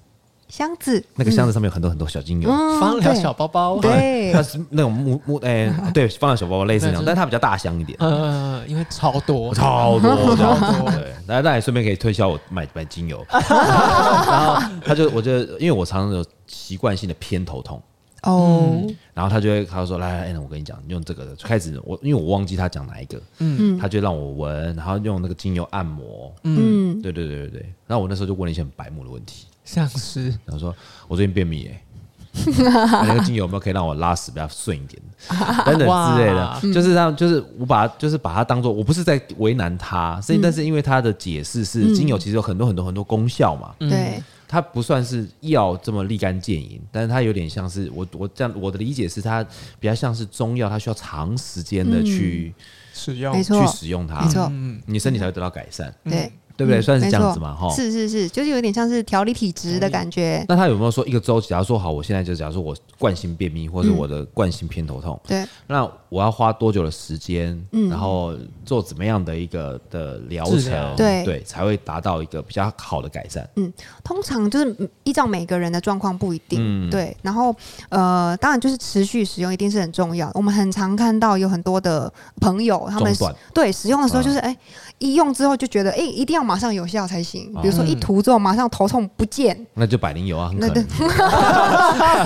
Speaker 4: 箱子，
Speaker 2: 那个箱子上面有很多很多小精油。
Speaker 4: 嗯
Speaker 3: 芳疗小包包，啊
Speaker 4: 对
Speaker 2: 它是那种木木 哎，对，芳疗小包包类似那
Speaker 3: 对就
Speaker 2: 种，
Speaker 3: 是
Speaker 2: 但它比较大箱一点，
Speaker 3: 呃，因为超多，
Speaker 2: 超多
Speaker 3: 超
Speaker 2: 超
Speaker 3: 多
Speaker 2: 多。对，那那也顺便可以推销我买买精 油。然后他就，我就因为我常常有习惯性的偏头痛，
Speaker 4: 哦，
Speaker 2: 然后他就会他就说来来，哎、我跟你讲，用这个的就开始我，因为我忘记他讲哪一个，
Speaker 3: 嗯
Speaker 2: 他就让我闻，然后用那个精油按摩，
Speaker 3: 嗯，
Speaker 4: 嗯，
Speaker 2: 对对对对对。然后我那时候就问了一些很白目的问题，
Speaker 3: 像是
Speaker 2: 然后说我最近便秘耶、哎那那个精油有没有可以让我拉屎比较顺一 点的，等等之类的，
Speaker 3: 哇
Speaker 2: 就是让就是我把就是把它当做我不是在为难他，
Speaker 3: 嗯
Speaker 2: 是、但是因为他的解释是精油其实有很多很多很多功效嘛，
Speaker 4: 对，
Speaker 2: 它不算是药这么立竿见影，但是它有点像是我我这样我的理解是它比较像是中药，它需要长时间的去、
Speaker 3: 使用
Speaker 4: 没错
Speaker 2: 去，使用它
Speaker 4: 没，错，
Speaker 3: 嗯，
Speaker 2: 你身体才会得到改善，
Speaker 4: 对，嗯
Speaker 2: 对不对？算是
Speaker 4: 没
Speaker 2: 这样
Speaker 4: 错
Speaker 2: 子嘛，哈。
Speaker 4: 是是是，就是有点像是调理体质的感觉，
Speaker 2: 那他有没有说一个周期？假如说好，我现在就假如说我惯性便秘，或者
Speaker 4: 嗯
Speaker 2: 我的惯性偏头痛，
Speaker 4: 对，
Speaker 2: 那我要花多久的时间？
Speaker 4: 嗯
Speaker 2: 然后做怎么样的一个的疗
Speaker 3: 治
Speaker 2: 程？
Speaker 3: 疗
Speaker 4: 对
Speaker 2: 才会达到一个比较好的改善。
Speaker 4: 通常就是嗯依照每个人的状况不一定，
Speaker 2: 嗯
Speaker 4: 对。然后呃，当然就是持续使用一定是很重要。我们很常看到有很多的朋友，他们
Speaker 2: 中断啊
Speaker 4: 对使用的时候就是哎、一用之后就觉得哎、一定要马上有效才行。比如说一
Speaker 3: 嗯
Speaker 4: 涂之后马上头痛 不见，
Speaker 2: 那就百灵油啊，很
Speaker 4: 那
Speaker 2: 可
Speaker 4: 对
Speaker 2: 能。，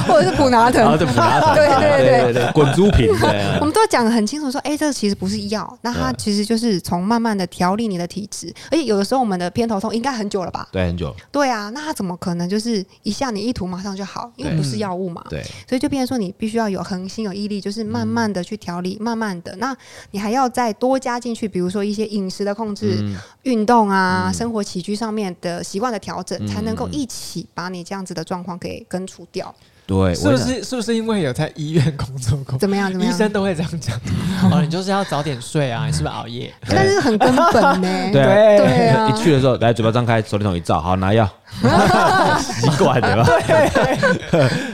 Speaker 4: 或者是普拿
Speaker 2: 然
Speaker 4: 疼
Speaker 2: 后。啊就普拉疼，
Speaker 4: 对对
Speaker 2: 对
Speaker 4: 对
Speaker 2: 对，滚珠瓶，对啊
Speaker 4: 我们都讲得很清楚说，哎、这其实不是药，那它
Speaker 2: 嗯
Speaker 4: 其实就是从慢慢的调理你的体质，而且有的时候我们的偏头痛应该很久了吧？
Speaker 2: 对，很久，
Speaker 4: 对啊，那它怎么可能就是一下你一涂马上就好？因为
Speaker 2: 对
Speaker 4: 不是药物嘛。
Speaker 2: 对，
Speaker 4: 所以就变成说，你必须要有恒心、有毅力，就是慢慢的去调理，慢慢的。那你还要再多加进去，比如说一些饮食的控制、
Speaker 2: 嗯
Speaker 4: 运动啊、
Speaker 2: 嗯
Speaker 4: 生活起居上面的习惯的调整，
Speaker 2: 嗯
Speaker 4: 才能够一起把你这样子的状况给根除掉。
Speaker 2: 对，
Speaker 3: 是
Speaker 2: 哎我
Speaker 3: 不
Speaker 2: 想？
Speaker 3: 是是不是因为有在医院工作过？
Speaker 4: 怎么样？怎么
Speaker 3: 医
Speaker 4: 样？
Speaker 3: 生都会这样 讲，哦，你就是要早点睡啊，你是不是熬夜？
Speaker 4: 但是很根本呢、
Speaker 2: 嗯对
Speaker 4: 对啊
Speaker 2: 一去的时候，来嘴巴张开，手电筒一照，好拿药，习惯了。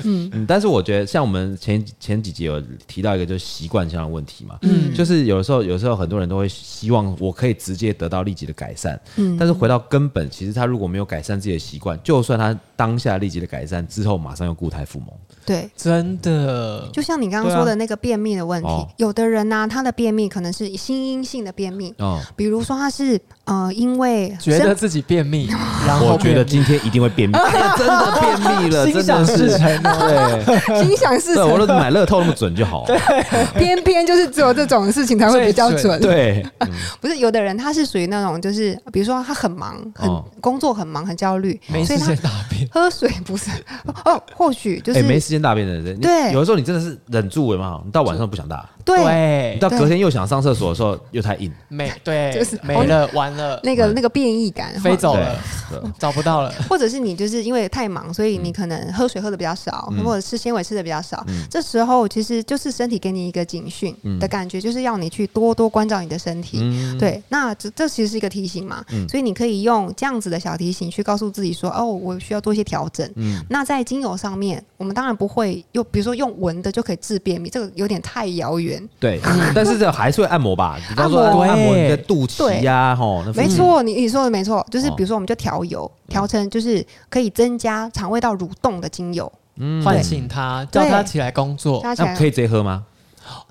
Speaker 2: 嗯，但是我觉得像我们前前几集有提到一个就是习惯上的问题嘛，
Speaker 4: 嗯
Speaker 2: 就是有时候有时候很多人都会希望我可以直接得到立即的改善，
Speaker 4: 嗯
Speaker 2: 但是回到根本，其实他如果没有改善自己的习惯，就算他当下立即的改善之后，马上又固态复萌，
Speaker 4: 对，
Speaker 3: 真的，
Speaker 4: 就像你刚刚
Speaker 3: 对啊
Speaker 4: 说的那个便秘的问题，
Speaker 2: 哦
Speaker 4: 有的人呢、啊他的便秘可能是心因性的便秘，
Speaker 2: 哦，
Speaker 4: 比如说他是呃因为
Speaker 3: 觉
Speaker 4: 生
Speaker 3: 得自己 便秘，然后
Speaker 2: 我觉得
Speaker 3: 便
Speaker 2: 今
Speaker 3: 秘
Speaker 2: 天一定会便秘， 哎呀真的便秘了，
Speaker 3: 心
Speaker 2: 真
Speaker 3: 想
Speaker 2: 的
Speaker 3: 事
Speaker 2: 是。
Speaker 3: 成哦，
Speaker 2: 对，
Speaker 4: 心想 事
Speaker 2: 对我
Speaker 4: 成，
Speaker 2: 都买乐透那么准就 好。
Speaker 4: 啊偏偏就是只有这种事情才会比较
Speaker 3: 最
Speaker 4: 准。，
Speaker 2: 对，
Speaker 4: 不是有的人他是属于那种，就是比如说他很忙，很、
Speaker 2: 哦
Speaker 4: 工作很忙，很焦虑，
Speaker 3: 没
Speaker 4: 所
Speaker 3: 事
Speaker 4: 以他
Speaker 3: 先大便，
Speaker 4: 喝水不是 哦，或许就是、
Speaker 2: 哎，没时间大便的人，你
Speaker 4: 对
Speaker 2: 有的时候你真的是忍住了嘛，你到晚上不想大，
Speaker 4: 对。
Speaker 2: 你
Speaker 3: 对，
Speaker 2: 到隔天又想上厕所的时候又太硬，
Speaker 3: 没 对，
Speaker 4: 就是
Speaker 3: 没了，完了，
Speaker 4: 那个
Speaker 2: 嗯
Speaker 4: 那个变异感，
Speaker 3: 飞走
Speaker 2: 对
Speaker 3: 了，
Speaker 2: 对
Speaker 4: 嗯
Speaker 3: 找不到了，
Speaker 4: 或者是你就是因为太忙，所以你可能喝水喝的比较少，
Speaker 2: 嗯
Speaker 4: 或者吃纤维吃的比较少。
Speaker 2: 嗯
Speaker 4: 这时候其实就是身体给你一个警讯
Speaker 2: 嗯
Speaker 4: 的感觉，就是要你去多多关照你的身体。
Speaker 2: 嗯，
Speaker 4: 对，那这这其实是一个提醒嘛，
Speaker 2: 嗯
Speaker 4: 所以你可以用这样子的小提醒去告诉自己说，哦，我需要做一些调整。
Speaker 2: 嗯，
Speaker 4: 那在精油上面，我们当然不会用，比如说用闻的就可以治便秘，这个有点太遥远。
Speaker 2: 对，但是这还是会按摩吧，比方说
Speaker 4: 按
Speaker 3: 摩
Speaker 2: 按摩你的
Speaker 3: 对
Speaker 2: 肚脐呀，吼，那附
Speaker 4: 没
Speaker 2: 近，
Speaker 4: 错，你你说的没错，就是
Speaker 2: 哦嗯
Speaker 4: 比如说我们就调油，调成就是可以增加肠胃道蠕动的精油，
Speaker 2: 嗯
Speaker 3: 唤醒他，
Speaker 4: 对
Speaker 3: 叫他起来工作，
Speaker 4: 加起来
Speaker 2: 哦那可以直接喝吗？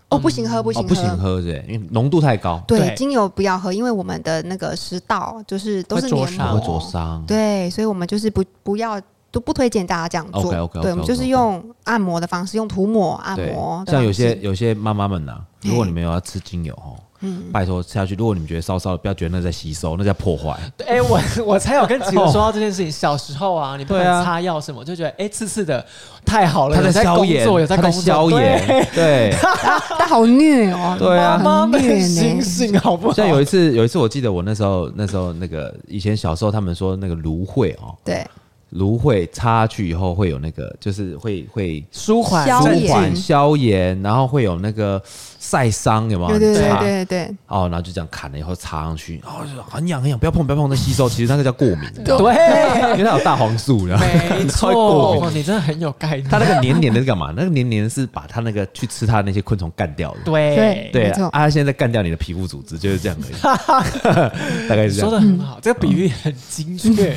Speaker 4: 哦，不行喝，不
Speaker 2: 哦，
Speaker 4: 行喝，
Speaker 2: 不行喝，对，因为浓度太高
Speaker 4: 对，
Speaker 3: 对
Speaker 4: 精油不要喝，因为我们的那个食道就是都是
Speaker 3: 会灼
Speaker 4: 黏
Speaker 3: 伤
Speaker 4: 膜，
Speaker 2: 会灼伤。
Speaker 4: 对，所以我们就是不不要。都不推荐大家这样做
Speaker 2: OK，OK，OK，OK，OK
Speaker 4: 对，我们就是用按摩的方式，用涂抹按
Speaker 2: 对
Speaker 4: 摩，的
Speaker 2: 像有
Speaker 4: 方式
Speaker 2: 些有些妈妈们呐、如果
Speaker 4: 嘿
Speaker 2: 你们有要吃精油哦，
Speaker 4: 嗯
Speaker 2: 拜托吃下去，如果你们觉得烧烧的，不要觉得那在吸收，那在破坏。
Speaker 3: 哎、我我才有跟吉文说到这件事情。小时候啊，你不管
Speaker 2: 哦对啊
Speaker 3: 擦药什么，就觉得哎、刺刺的，太好了，
Speaker 2: 它
Speaker 3: 有在
Speaker 2: 哦消
Speaker 3: 工
Speaker 2: 炎，
Speaker 3: 作，有
Speaker 2: 它
Speaker 3: 工
Speaker 2: 在
Speaker 3: 作，
Speaker 2: 消炎， 对。
Speaker 4: 啊但好虐 哦，
Speaker 2: 对啊
Speaker 3: 妈
Speaker 4: 很
Speaker 3: 妈
Speaker 4: 虐
Speaker 3: 们
Speaker 4: 呢
Speaker 3: 醒。醒好不好？
Speaker 2: 像有一次，有一次我记得我那时候那时候那个以前小时候他们说那个芦荟哦，
Speaker 4: 对，
Speaker 2: 芦荟擦下去以后会有那个就是会会
Speaker 3: 舒缓
Speaker 4: 消炎
Speaker 2: 舒缓消炎，然后会有那个晒伤有没有？
Speaker 4: 对对对
Speaker 2: 擦
Speaker 4: 对对对，
Speaker 2: 哦，然后就这样砍了以后插上去，哦很痒很痒，不要碰不要碰，那吸收其实那个叫过敏，你知道吗
Speaker 3: 对，
Speaker 2: 因为它有大黄素，然后
Speaker 3: 没
Speaker 2: 它会过
Speaker 3: 错哦
Speaker 2: 敏，
Speaker 3: 你真的很有概念。
Speaker 2: 它那个黏黏的是干嘛？那个黏黏是把它那个去吃它的那些昆虫干掉的。
Speaker 3: 对
Speaker 4: 对
Speaker 2: 对
Speaker 4: 没错
Speaker 2: 啊，它现在在干掉你的皮肤组织，就是这样而已。大概
Speaker 3: 你
Speaker 2: 是这
Speaker 3: 说
Speaker 2: 样。嗯
Speaker 3: 的很好，这个比喻很精确，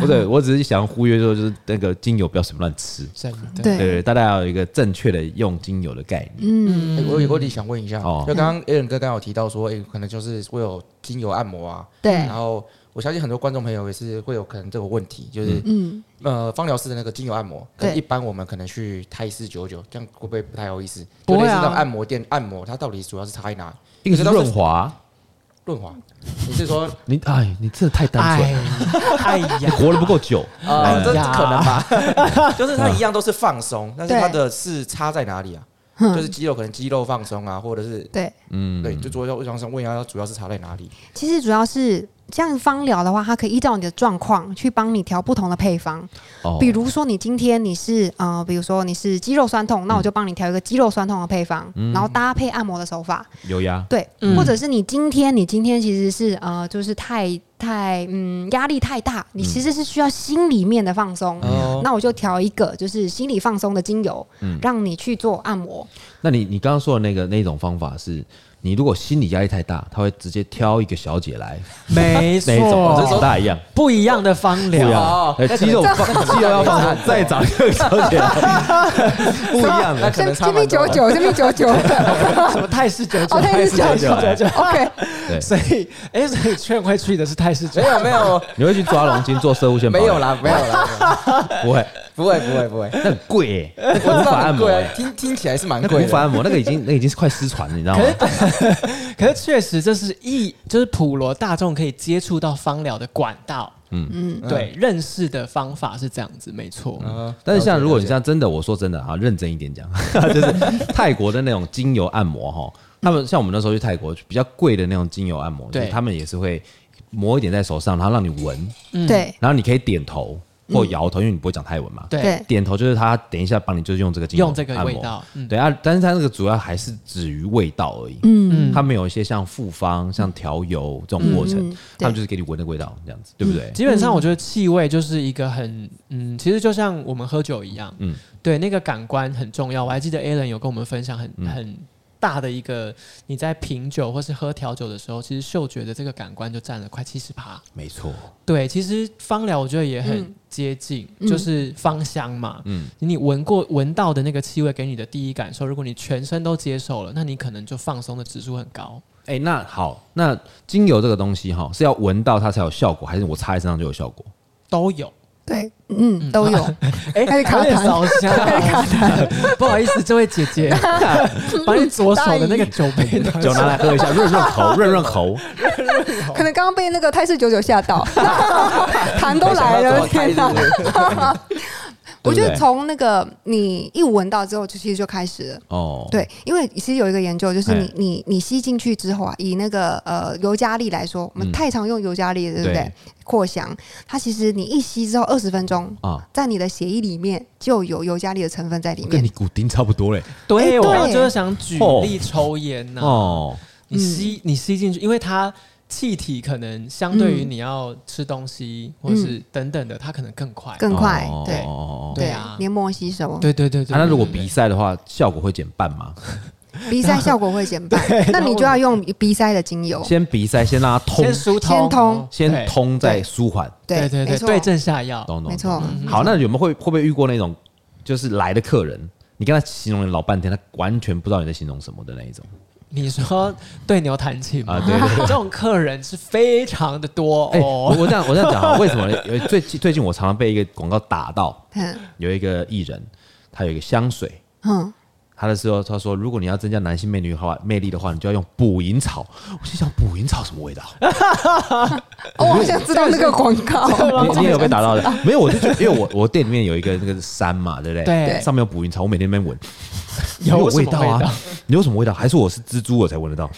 Speaker 2: 不对，我只是想呼吁说，就是那个精油不要随便乱吃。
Speaker 3: 真的。
Speaker 4: 对
Speaker 2: 对对，大家要有一个正确的用精油的概念。
Speaker 4: 嗯，
Speaker 1: 哎我有个问题想问一下，
Speaker 2: 哦
Speaker 1: 就刚刚 a a 哥刚刚有提到说，哎、可能就是会有精油按摩啊，
Speaker 4: 对
Speaker 1: 然，后我相信很多观众朋友也是会有可能这个问题，就是、
Speaker 4: 嗯，
Speaker 1: 呃，芳疗师的那个精油按摩，
Speaker 4: 对
Speaker 1: 跟一般我们可能去泰式九九，这样会不会不太好意思？
Speaker 3: 不
Speaker 1: 就
Speaker 3: 会啊
Speaker 1: 类似那种按摩店按摩，它到底主要是差在哪？
Speaker 2: 一个是润滑，
Speaker 1: 润滑？你是说
Speaker 2: 你哎，你真的太单
Speaker 3: 哎
Speaker 2: 纯了，，
Speaker 3: 哎
Speaker 2: 你
Speaker 3: 呀，
Speaker 2: 活得不够久。
Speaker 1: 啊，这
Speaker 3: 哎呀
Speaker 1: 可能吧？就是它一样都是放松，但是
Speaker 4: 对
Speaker 1: 它的是差在哪里啊？
Speaker 4: 哼
Speaker 1: 就是肌肉可能肌肉放松啊，或者是
Speaker 4: 对。
Speaker 2: 嗯，
Speaker 1: 对，就主要我想想问一下，它主要是差在哪里？
Speaker 4: 其实主要是像芳疗的话，它可以依照你的状况去帮你调不同的配方。
Speaker 2: 哦
Speaker 4: 比如说你今天你是呃，比如说你是肌肉酸痛，那我就帮你调一个肌肉酸痛的配方，
Speaker 2: 嗯
Speaker 4: 然后搭配按摩的手法。
Speaker 2: 油压，
Speaker 4: 对，
Speaker 3: 嗯
Speaker 4: 或者是你今天你今天其实是呃，就是太太嗯压力太大，你其实是需要心里面的放松。
Speaker 2: 嗯
Speaker 1: 哦，
Speaker 4: 那我就调一个就是心理放松的精油，让你去做按摩。
Speaker 2: 那你你刚刚说的那个那种方法是，你如果心理压力太大，他会直接挑一个小姐来，
Speaker 3: 没
Speaker 2: 那一种跟
Speaker 3: 错啊
Speaker 2: 不，大一样，
Speaker 3: 不一样的芳
Speaker 2: 不一
Speaker 3: 疗，
Speaker 2: 样
Speaker 1: 哦。
Speaker 2: 哎
Speaker 1: 那可能
Speaker 2: 肌肉放肌肉要放松，再找一个小姐来，不一样
Speaker 1: 那
Speaker 2: 的。
Speaker 1: 可能差
Speaker 4: 这
Speaker 1: 蛮
Speaker 4: 边
Speaker 1: 多
Speaker 4: 九
Speaker 1: 的。
Speaker 4: 九，这边九九，
Speaker 3: 什么泰式九九，
Speaker 4: 哦，太是九九
Speaker 2: 九九
Speaker 4: ，OK，
Speaker 2: 对，
Speaker 3: 所以，哎、所以劝会去的是泰式酒
Speaker 1: 没有没有
Speaker 2: 你会去抓龙筋做射物线保
Speaker 1: 没
Speaker 2: 养？
Speaker 1: 有啦，没有啦，
Speaker 2: 不会，
Speaker 1: 不会不会不会，
Speaker 2: 那很贵耶，那
Speaker 1: 我
Speaker 2: 个无
Speaker 1: 知
Speaker 2: 法
Speaker 1: 道
Speaker 2: 按
Speaker 1: 很
Speaker 2: 摩
Speaker 1: 贵
Speaker 2: 耶
Speaker 1: 啊，，听听起来是蛮
Speaker 2: 那个
Speaker 1: 贵
Speaker 2: 无法
Speaker 1: 的。
Speaker 2: 按摩，那个已经那个已经是快失传了，你知道吗？
Speaker 3: 可是 确实，这是一就是普罗大众可以接触到芳疗的管道。嗯嗯，对，认识的方法是这样子，没错。
Speaker 1: 嗯
Speaker 2: 但是像如果你
Speaker 1: 了解了
Speaker 2: 像真的，我说真的啊，认真一点讲， 就是泰国的那种精油按摩哈，他们像我们那时候去泰国比较贵的那种精油按摩，
Speaker 3: 对
Speaker 2: 就是他们也是会抹一点在手上，然后让你闻，
Speaker 4: 对
Speaker 2: 然后你可以点头，或
Speaker 1: 嗯
Speaker 2: 摇头，因为你不会讲泰文嘛。
Speaker 3: 对，
Speaker 4: 对
Speaker 2: 点头就是他等一下帮你，就是用这个精油
Speaker 3: 用这个
Speaker 2: 按摩
Speaker 3: 味。道，嗯，
Speaker 2: 对啊，但是它那个主要还是止于味道而已。
Speaker 4: 嗯，
Speaker 2: 它没有一些像复方、像调油这种过程，
Speaker 4: 嗯
Speaker 2: 他们
Speaker 4: 对嗯
Speaker 2: 就是给你闻那个味道，这样子，对不对？
Speaker 3: 基本上我觉得气味就是一个很，嗯，其实就像我们喝酒一样，
Speaker 2: 嗯
Speaker 3: 嗯，对，那个感官很重要。我还记得 Alan 有跟我们分享很、
Speaker 2: 嗯
Speaker 3: 很大的一个，你在品酒或是喝调酒的时候，其实嗅觉的这个感官就占了快七十趴。
Speaker 2: 没错，
Speaker 3: 对，其实芳疗我觉得也很接近，就是芳香嘛。
Speaker 2: 嗯
Speaker 3: 嗯，你闻过闻到的那个气味给你的第一感受，如果你全身都接受了，那你可能就放松的指数很高。
Speaker 2: 哎、那好，那精油这个东西哈，是要闻到它才有效果，还是我擦在身上就有效果？
Speaker 3: 都有，
Speaker 4: 对，嗯，都有，
Speaker 3: 哎、
Speaker 4: 开始卡
Speaker 3: 有点
Speaker 4: 痰
Speaker 3: 烧香，不好意思，这位姐姐，把你左手的那个酒杯拿
Speaker 2: 酒拿来喝一下，润润喉，润润喉。
Speaker 4: 可能刚刚被那个泰式九九吓到， 痰 都来 了，天哪！ 我
Speaker 2: 对不
Speaker 4: 觉得
Speaker 2: 对
Speaker 4: 从那个你一闻到之后，就其实就开始了。
Speaker 2: 哦，
Speaker 4: 对，因为其实有一个研究，就是
Speaker 2: 哎
Speaker 4: 你你你吸进去之后啊，以那个呃尤加利来说，我们
Speaker 2: 嗯
Speaker 4: 太常用尤加利了，对不
Speaker 2: 对
Speaker 4: 对？扩香，它其实你一吸之后二十分钟，
Speaker 2: 啊，
Speaker 4: 在你的血液里面就有尤加利的成分在里
Speaker 2: 我跟
Speaker 4: 面
Speaker 2: 你。骨钉差不多嘞。
Speaker 4: 哎
Speaker 3: 对，
Speaker 4: 对
Speaker 3: 我刚刚就是想举例抽烟呐、
Speaker 2: 哦，
Speaker 3: 你吸你吸进去，因为它气体可能相对于你要吃东西、或是等等的，它可能更快。
Speaker 4: 更快，
Speaker 2: 哦
Speaker 4: 对
Speaker 2: 哦哦哦
Speaker 3: 对啊
Speaker 4: 黏膜吸收，
Speaker 3: 对对对
Speaker 2: 啊
Speaker 3: 对。
Speaker 2: 那如果鼻塞的话，效果会减半吗？
Speaker 4: 鼻塞效果会减半，那你就要用鼻塞的精油，
Speaker 2: 先鼻塞，先让它通
Speaker 3: 先，疏通，
Speaker 4: 哦先通
Speaker 2: 先通再
Speaker 4: 对
Speaker 2: 舒缓。
Speaker 3: 对，对
Speaker 4: 没
Speaker 3: 对
Speaker 4: 错
Speaker 3: 对，对症下药。
Speaker 2: 懂懂，
Speaker 4: 没错
Speaker 2: 懂。
Speaker 3: 嗯
Speaker 2: 好，那有没有会会不会遇过那种，就是来的客人，你跟他形容了老半天，他完全不知道你在形容什么的那一种？
Speaker 3: 你说对牛弹琴吗
Speaker 2: 啊对对
Speaker 3: 这种客人是非常的多
Speaker 2: 哎、
Speaker 3: 哦。
Speaker 2: 我我这样我这样讲啊 哈，为什么呢？有最近最近我常常被一个广告打到，
Speaker 4: 嗯
Speaker 2: 有一个艺人，他有一个香水，
Speaker 4: 嗯，
Speaker 2: 他的时候他说，如果你要增加男性魅力的话，魅力的话，你就要用捕蝇草。我心想，捕蝇草什么 味道？
Speaker 4: 哦，我好想知道那个广告，
Speaker 2: 你你也有被打到的？没有，我就觉得，因为我我店里面有一个那个山嘛，对不对？
Speaker 3: 对
Speaker 2: 上面有捕蝇草，我每天在那边闻，
Speaker 3: 有
Speaker 2: 没味
Speaker 3: 什么味
Speaker 2: 啊
Speaker 3: 道？
Speaker 2: 你有什么味道？还是我是蜘蛛我才闻 得到，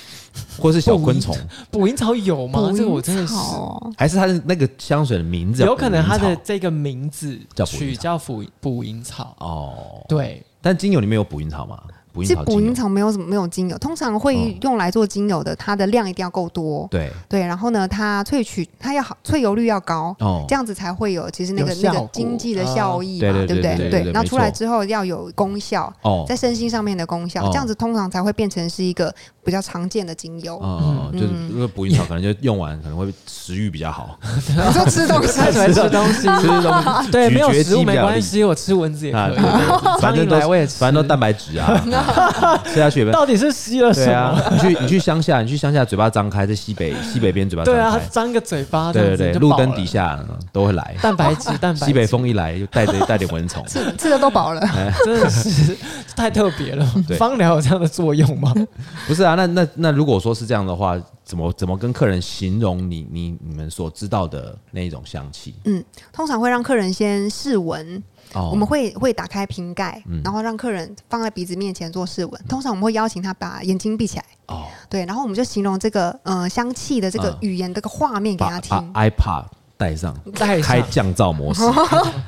Speaker 2: 或是小昆虫？
Speaker 3: 捕蝇草有 吗？这个我真的是
Speaker 4: 好，
Speaker 2: 还是它的那个香水的名字叫捕
Speaker 3: 有
Speaker 2: 蝇草？
Speaker 3: 可能它的这个名字
Speaker 2: 叫捕
Speaker 3: 取
Speaker 2: 蝇草
Speaker 3: 叫捕捕蝇草，
Speaker 2: 哦，
Speaker 3: 对，
Speaker 2: 但精油里面有捕蝇草吗？捕
Speaker 4: 其
Speaker 2: 蝇
Speaker 4: 实
Speaker 2: 草
Speaker 4: 捕
Speaker 2: 精油哦
Speaker 4: 蝇草没有什么没有精油，通常会用来做精油的，它的量一定要够多。
Speaker 2: 对
Speaker 4: 对，然后呢，它萃取它要好，萃油率要高，
Speaker 2: 哦
Speaker 4: 这样子才会有其实那个
Speaker 3: 有效
Speaker 4: 那
Speaker 3: 果
Speaker 4: 个经济的效益
Speaker 2: 啊
Speaker 4: 嘛，
Speaker 2: 对对
Speaker 4: 不
Speaker 2: 对对对对
Speaker 4: 对，那
Speaker 2: 没
Speaker 4: 出来
Speaker 2: 错
Speaker 4: 之后要有功效，
Speaker 2: 哦
Speaker 4: 在身心上面的功效
Speaker 2: 哦，
Speaker 4: 这样子通常才会变成是一个比较常见的精油。
Speaker 3: 嗯
Speaker 2: 哦，就是那个捕蝇草可能就用完可能会食欲比较 好，
Speaker 4: 你说 吃东西
Speaker 3: 他喜欢吃东西，
Speaker 2: 吃东西
Speaker 3: 对，没有
Speaker 2: 咀嚼
Speaker 3: 食物
Speaker 2: 肌比
Speaker 3: 没
Speaker 2: 较有
Speaker 3: 关
Speaker 2: 力
Speaker 3: 系，我吃蚊子也
Speaker 2: 啊
Speaker 3: 可
Speaker 2: 对
Speaker 3: 以
Speaker 2: 对，对
Speaker 3: 苍
Speaker 2: 反正
Speaker 3: 蝇
Speaker 2: 都
Speaker 3: 来我也吃，
Speaker 2: 反正都蛋白质啊， 吃下去也不
Speaker 3: 到底是吸了什
Speaker 2: 对啊
Speaker 3: 么？，
Speaker 2: 你去你去乡下，你去乡下嘴巴张开，在西北西北边嘴巴张
Speaker 3: 对啊，它
Speaker 2: 开，
Speaker 3: 张个嘴巴这
Speaker 2: 对对
Speaker 3: 样子
Speaker 2: 对，
Speaker 3: 就
Speaker 2: 路
Speaker 3: 饱
Speaker 2: 灯
Speaker 3: 了
Speaker 2: 底下嗯都会来，
Speaker 3: 蛋白 质，蛋白质
Speaker 2: 西北风一来就带 着带点蚊虫，
Speaker 4: 吃吃的都 饱了，
Speaker 3: 真的是太特别了
Speaker 2: 对。
Speaker 3: 芳疗有这样的作用吗？
Speaker 2: 不是啊，那那那如果说是这样的话，怎么怎么跟客人形容你你你们所知道的那一种香气？
Speaker 4: 通常会让客人先试闻，
Speaker 2: 哦嗯
Speaker 4: 我们会会打开瓶盖，然后让客人放在鼻子面前做试闻。通常我们会邀请他把眼睛闭起来，
Speaker 2: 哦，
Speaker 4: 对，然后我们就形容这个呃香气的这个
Speaker 2: 嗯啊
Speaker 4: 语言、这个画面给
Speaker 2: 把把
Speaker 4: 他听。
Speaker 2: iPad 带上，
Speaker 3: 戴上
Speaker 2: 开降噪模 式，哦，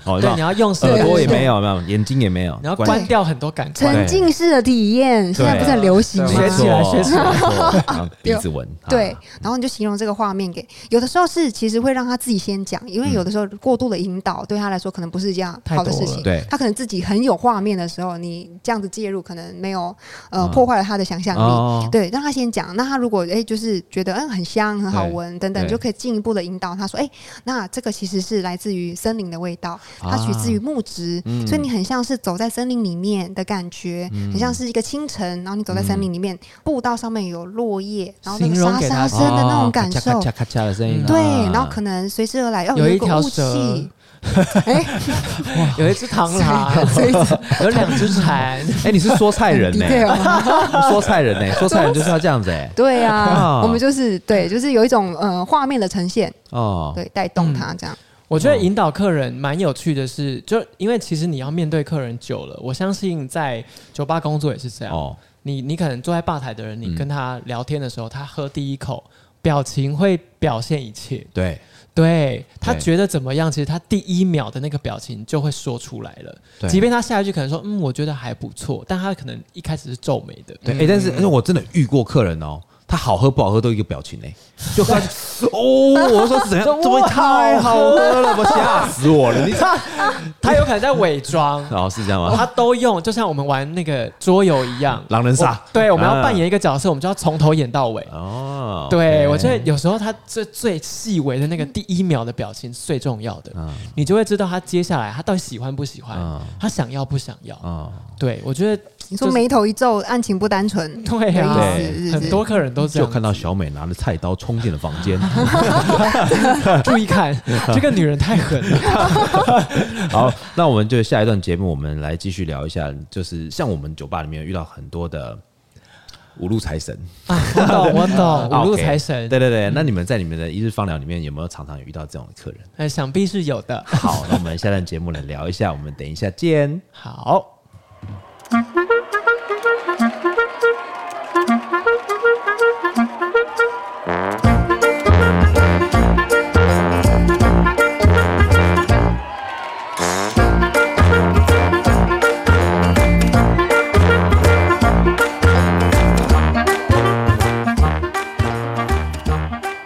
Speaker 3: 啊对，你
Speaker 2: 那
Speaker 3: 要用什么
Speaker 2: 耳朵也没有，没有，眼睛也没有，
Speaker 3: 你要
Speaker 2: 关
Speaker 3: 关掉很多感官。
Speaker 4: 沉浸式的体验现在不是很流行吗？
Speaker 3: 对啊
Speaker 2: 没
Speaker 3: 学起
Speaker 2: 错，
Speaker 3: 来学起来
Speaker 2: 没错然后鼻子闻，啊
Speaker 4: 对，然后你就形容这个画面给，有的时候是其实会让他自己先讲，因为
Speaker 2: 嗯
Speaker 4: 有的时候过度的引导对他来说可能不是一件
Speaker 3: 太
Speaker 4: 好的
Speaker 3: 多
Speaker 4: 事
Speaker 3: 了
Speaker 4: 情。
Speaker 2: 对
Speaker 4: 他可能自己很有画面的时候，你这样子介入可能没有呃
Speaker 2: 嗯
Speaker 4: 破坏了他的想象力。
Speaker 2: 哦
Speaker 4: 对，让他先讲。那他如果哎、就是觉得嗯很香很好
Speaker 2: 对
Speaker 4: 闻等等，
Speaker 2: 对
Speaker 4: 就可以进一步的引导他说，哎、那这个其实是来自于森林的味道，它
Speaker 2: 啊嗯
Speaker 4: 取自于木质，所以你很像是走在森林里面的感觉，很像是一个清晨，然后你走在森
Speaker 2: 嗯
Speaker 4: 林里面，步道上面有落叶，然后那个
Speaker 3: 形容
Speaker 4: 沙
Speaker 3: 给他
Speaker 4: 沙声的那种
Speaker 2: 哦
Speaker 4: 感受
Speaker 2: 咔。嚓咔嚓咔嚓的声音，
Speaker 4: 对
Speaker 2: 啊，
Speaker 4: 然后可能随之而来，哦，
Speaker 3: 有一
Speaker 4: 一个
Speaker 3: 条
Speaker 4: 雾
Speaker 3: 蛇啊
Speaker 4: 气， 哎，
Speaker 3: 有一只螳 螂，有两只蝉，
Speaker 2: 哎，你是说菜人呢？
Speaker 4: detail
Speaker 2: 说菜人呢？说菜人就是要这样子哎，
Speaker 4: 对啊
Speaker 2: 啊，
Speaker 4: 我们就是对，就是有一种呃画面的呈现，
Speaker 2: 哦，
Speaker 4: 对，带动他这样，
Speaker 3: 我觉得
Speaker 2: 嗯
Speaker 3: 引导客人蛮有趣的是，就因为其实你要面对客人久了，我相信在酒吧工作也是这样。
Speaker 2: 哦，
Speaker 3: 你你可能坐在吧台的人，
Speaker 2: 嗯
Speaker 3: 你跟他聊天的时候，他喝第一口，表情会表现一切。
Speaker 2: 对，
Speaker 3: 对他
Speaker 2: 对
Speaker 3: 觉得怎么样，其实他第一秒的那个表情就会说出来了。
Speaker 2: 对
Speaker 3: 即便他下一句可能说嗯，我觉得还不错，但他可能一开始是皱眉的。
Speaker 2: 对，哎、但是但是我真的遇过客人哦，他好喝不好喝都一个表情哎、就喝 哦，我说怎样，
Speaker 3: 这
Speaker 2: 这会太好喝了，我吓死我了，你，
Speaker 3: 他他有可能在伪装
Speaker 2: 哦是这样吗？
Speaker 3: 他都用，就像我们玩那个桌游一样，
Speaker 2: 狼人杀
Speaker 3: 我对，我们要
Speaker 2: 啊
Speaker 3: 扮演一个角色，我们就要从头演到尾。
Speaker 2: 哦，
Speaker 3: 对，
Speaker 2: OK
Speaker 3: 我觉得有时候他最最细微的那个第一秒的表情是最重要的，
Speaker 2: 嗯
Speaker 3: 你就会知道他接下来他到底喜欢不喜欢，
Speaker 2: 嗯
Speaker 3: 他想要不想要。
Speaker 2: 哦，
Speaker 3: 对，我觉得
Speaker 4: 你说
Speaker 3: 就是
Speaker 4: 眉头一皱，案情不单纯，
Speaker 3: 对啊，
Speaker 4: 有
Speaker 2: 意思
Speaker 4: 是是
Speaker 3: 很多客人都这
Speaker 2: 就
Speaker 3: 样，
Speaker 2: 看到小美拿着菜刀冲进了房间。
Speaker 3: 注意看， 这个女人太狠了。
Speaker 2: 好，那我们就下一段节目，我们来继续聊一下，就是像我们酒吧里面遇到很多的五路财神，
Speaker 3: 啊我懂，我懂，
Speaker 2: 啊
Speaker 3: 五路
Speaker 2: OK
Speaker 3: 财神，
Speaker 2: 对对对，那你们在你们的一日芳疗里面有没有常常有遇到这种客人？
Speaker 3: 呃，想必是有的。
Speaker 2: 好，那我们下段节目来聊一下，我们等一下见。
Speaker 3: 好。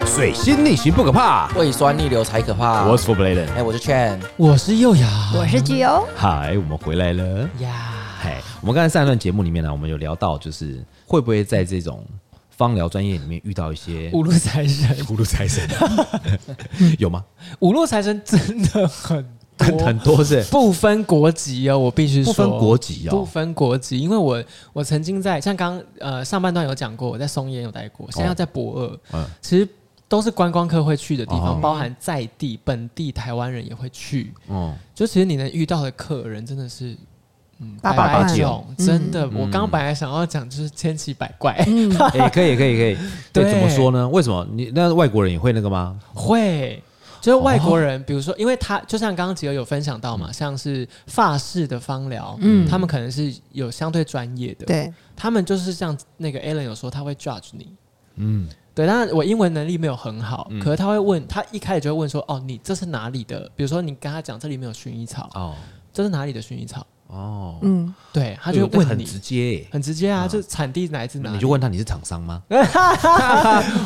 Speaker 2: 水星逆行不可怕，
Speaker 1: 胃酸逆流才可怕。
Speaker 2: 我是 For Bladen，
Speaker 1: 哎，我是 Chen，
Speaker 3: 我是幼雅，
Speaker 4: 我是具有
Speaker 2: 嗨，我们回来了。
Speaker 3: 呀，
Speaker 2: 嗨，我们刚才上一段节目里面呢，我们有聊到，就是会不会在这种芳疗专业里面遇到一些
Speaker 3: 五路财神，
Speaker 2: 五路财神，有吗？
Speaker 3: 五路财神真的很
Speaker 2: 很
Speaker 3: 多
Speaker 2: 很，多是
Speaker 3: 不分国籍哦，我必须
Speaker 2: 不
Speaker 3: 说
Speaker 2: 分国籍
Speaker 3: 不
Speaker 2: 哦。
Speaker 3: 分国籍，因为我我曾经在像刚呃上半段有讲过，我在松烟有待过，现在在博二，
Speaker 2: 嗯
Speaker 3: 其实都是观光客会去的地方，
Speaker 2: 哦
Speaker 3: 包含在地本地台湾人也会去。
Speaker 2: 嗯，
Speaker 3: 就其实你能遇到的客人真的是。嗯，
Speaker 4: 八
Speaker 3: 百
Speaker 4: 百
Speaker 3: 百
Speaker 4: 万
Speaker 3: 种，真的，我刚
Speaker 2: 嗯
Speaker 3: 本来想要讲就是千奇百怪，
Speaker 4: 嗯
Speaker 2: 哎、可以，可以， 可以。对，
Speaker 3: 对
Speaker 2: 怎么说呢？为什么你那外国人也会那个吗？
Speaker 3: 会，就是外国人，比如说，因为他就像刚刚吉儿有分享到
Speaker 2: 嗯
Speaker 3: 嘛，像是法式的芳疗，嗯，他们可能是有相对专业的，，
Speaker 4: 对，嗯
Speaker 3: 他们就是像那个 Alan 有说，他会 judge 你，
Speaker 2: 嗯，
Speaker 3: 对，当然我英文能力没有很好，
Speaker 2: 嗯
Speaker 3: 可是他会问，他一开始就会问说，哦，你这是哪里的？比如说你跟他讲这里面有薰衣草，
Speaker 2: 哦，
Speaker 3: 这是哪里的薰衣草？
Speaker 2: 哦，
Speaker 4: 嗯，
Speaker 3: 对，他就
Speaker 2: 这
Speaker 3: 会
Speaker 2: 个
Speaker 3: 问
Speaker 2: 很
Speaker 3: 你，
Speaker 2: 直接、欸。
Speaker 3: 很直接啊，就产地来自哪里？
Speaker 2: 你就问他你是厂商吗？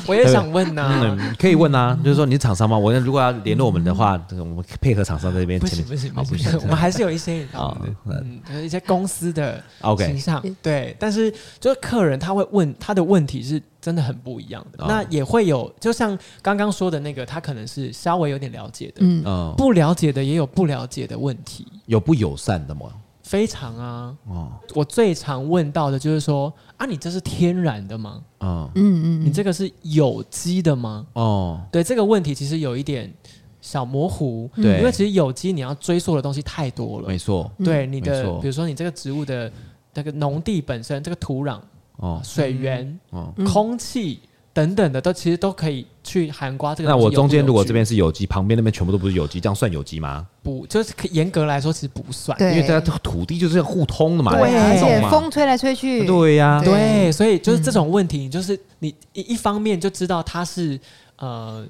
Speaker 3: 我也想问呐、
Speaker 2: 嗯，可以问啊，就是说你是厂商吗？我如果要联络我们的话，这个我们配合厂商在这边
Speaker 3: 不
Speaker 2: 前
Speaker 3: 行
Speaker 2: 面
Speaker 3: 嗯不行
Speaker 2: 哦
Speaker 3: 不行，我们还是有一些你知道
Speaker 2: 哦
Speaker 3: 的，嗯，就是一些公司的
Speaker 2: OK
Speaker 3: 形象，对。但是就是客人他会问他的问题是真的很不一样的
Speaker 2: 哦，
Speaker 3: 那也会有，就像刚刚说的那个，他可能是稍微有点了解的，
Speaker 4: 嗯，
Speaker 2: 嗯，
Speaker 3: 不了解的也有不了解的问题，
Speaker 2: 有不友善的吗？
Speaker 3: 非常啊。
Speaker 2: 哦，
Speaker 3: 我最常问到的就是说啊，你这是天然的吗？
Speaker 2: 嗯，
Speaker 4: 嗯
Speaker 3: 你这个是有机的吗？
Speaker 2: 哦，
Speaker 3: 对这个问题其实有一点小模糊，
Speaker 2: 对
Speaker 3: 嗯因为其实有机你要追溯的东西太多了
Speaker 2: 没。错，
Speaker 4: 嗯
Speaker 3: 对你的
Speaker 2: 没错，
Speaker 3: 比如说你这个植物的那个农地本身，这个土壤、
Speaker 2: 哦，
Speaker 3: 水源、
Speaker 2: 哦。
Speaker 4: 嗯
Speaker 3: 空气等等的，都其实都可以去含瓜这个
Speaker 2: 那
Speaker 3: 东西有
Speaker 2: 我
Speaker 3: 不有趣。
Speaker 2: 中间如果这边是有机，旁边那边全部都不是有机，这样算有机吗？
Speaker 3: 不，就是可严格来说其实不算。
Speaker 4: 对
Speaker 2: 因为大家土地就是要互通的嘛，
Speaker 4: 对，
Speaker 3: 啊
Speaker 4: 而
Speaker 2: 你懂
Speaker 4: 且
Speaker 2: 吗
Speaker 4: 风吹来吹去，
Speaker 2: 对呀、
Speaker 4: 对
Speaker 3: 对，所以就是这种问题，你就是你一一方面就知道他是呃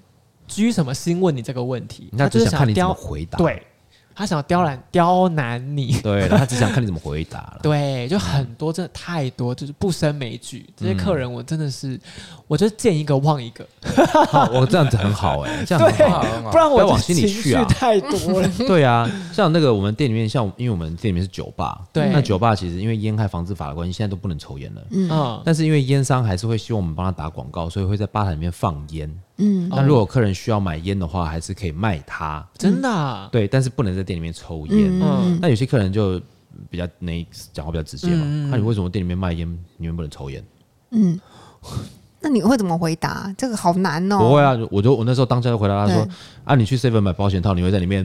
Speaker 3: 居什么心问你这个问题，
Speaker 2: 他
Speaker 3: 他就
Speaker 2: 只
Speaker 3: 是
Speaker 2: 想看你怎么
Speaker 3: 刁，
Speaker 2: 回答，
Speaker 3: 对他想要刁难刁难你。
Speaker 2: 对，他只想看你怎么回答 了。
Speaker 3: 对，就很多，真的太多，就是不胜枚举。这些客人，我真的是，我就见一个忘一个。
Speaker 2: 好我哦这样子很好哎、这样
Speaker 3: 对
Speaker 2: 很好。
Speaker 1: 不
Speaker 3: 不然
Speaker 2: 不
Speaker 3: 我
Speaker 2: 要
Speaker 3: 就
Speaker 2: 往心里
Speaker 3: 情
Speaker 2: 去
Speaker 3: 绪
Speaker 2: 啊
Speaker 3: 太 多了。
Speaker 2: 对啊，像那个我们店里面，像因为我们店里面是酒吧，
Speaker 3: 对
Speaker 2: 那酒吧其实因为烟害防治法的关系，现在都不能抽烟了。
Speaker 3: 嗯，
Speaker 2: 但是因为烟商还是会希望我们帮他打广告，所以会在吧台里面放烟。
Speaker 4: 嗯，
Speaker 2: 那如果客人需要买烟的话，还是可以卖他。
Speaker 3: 真的啊，
Speaker 2: 对，但是不能在店里面抽烟。
Speaker 3: 嗯，
Speaker 2: 那有些客人就比较那讲话比较直接嘛，
Speaker 3: 嗯
Speaker 2: 那、你为什么店里面卖烟，你们不能抽烟？
Speaker 4: 那你会怎么回答？这个好难哦。
Speaker 2: 不会啊，我就我那时候当下就回答他说
Speaker 4: 对：“
Speaker 2: 啊，你去 seven 买保险套，你会在里面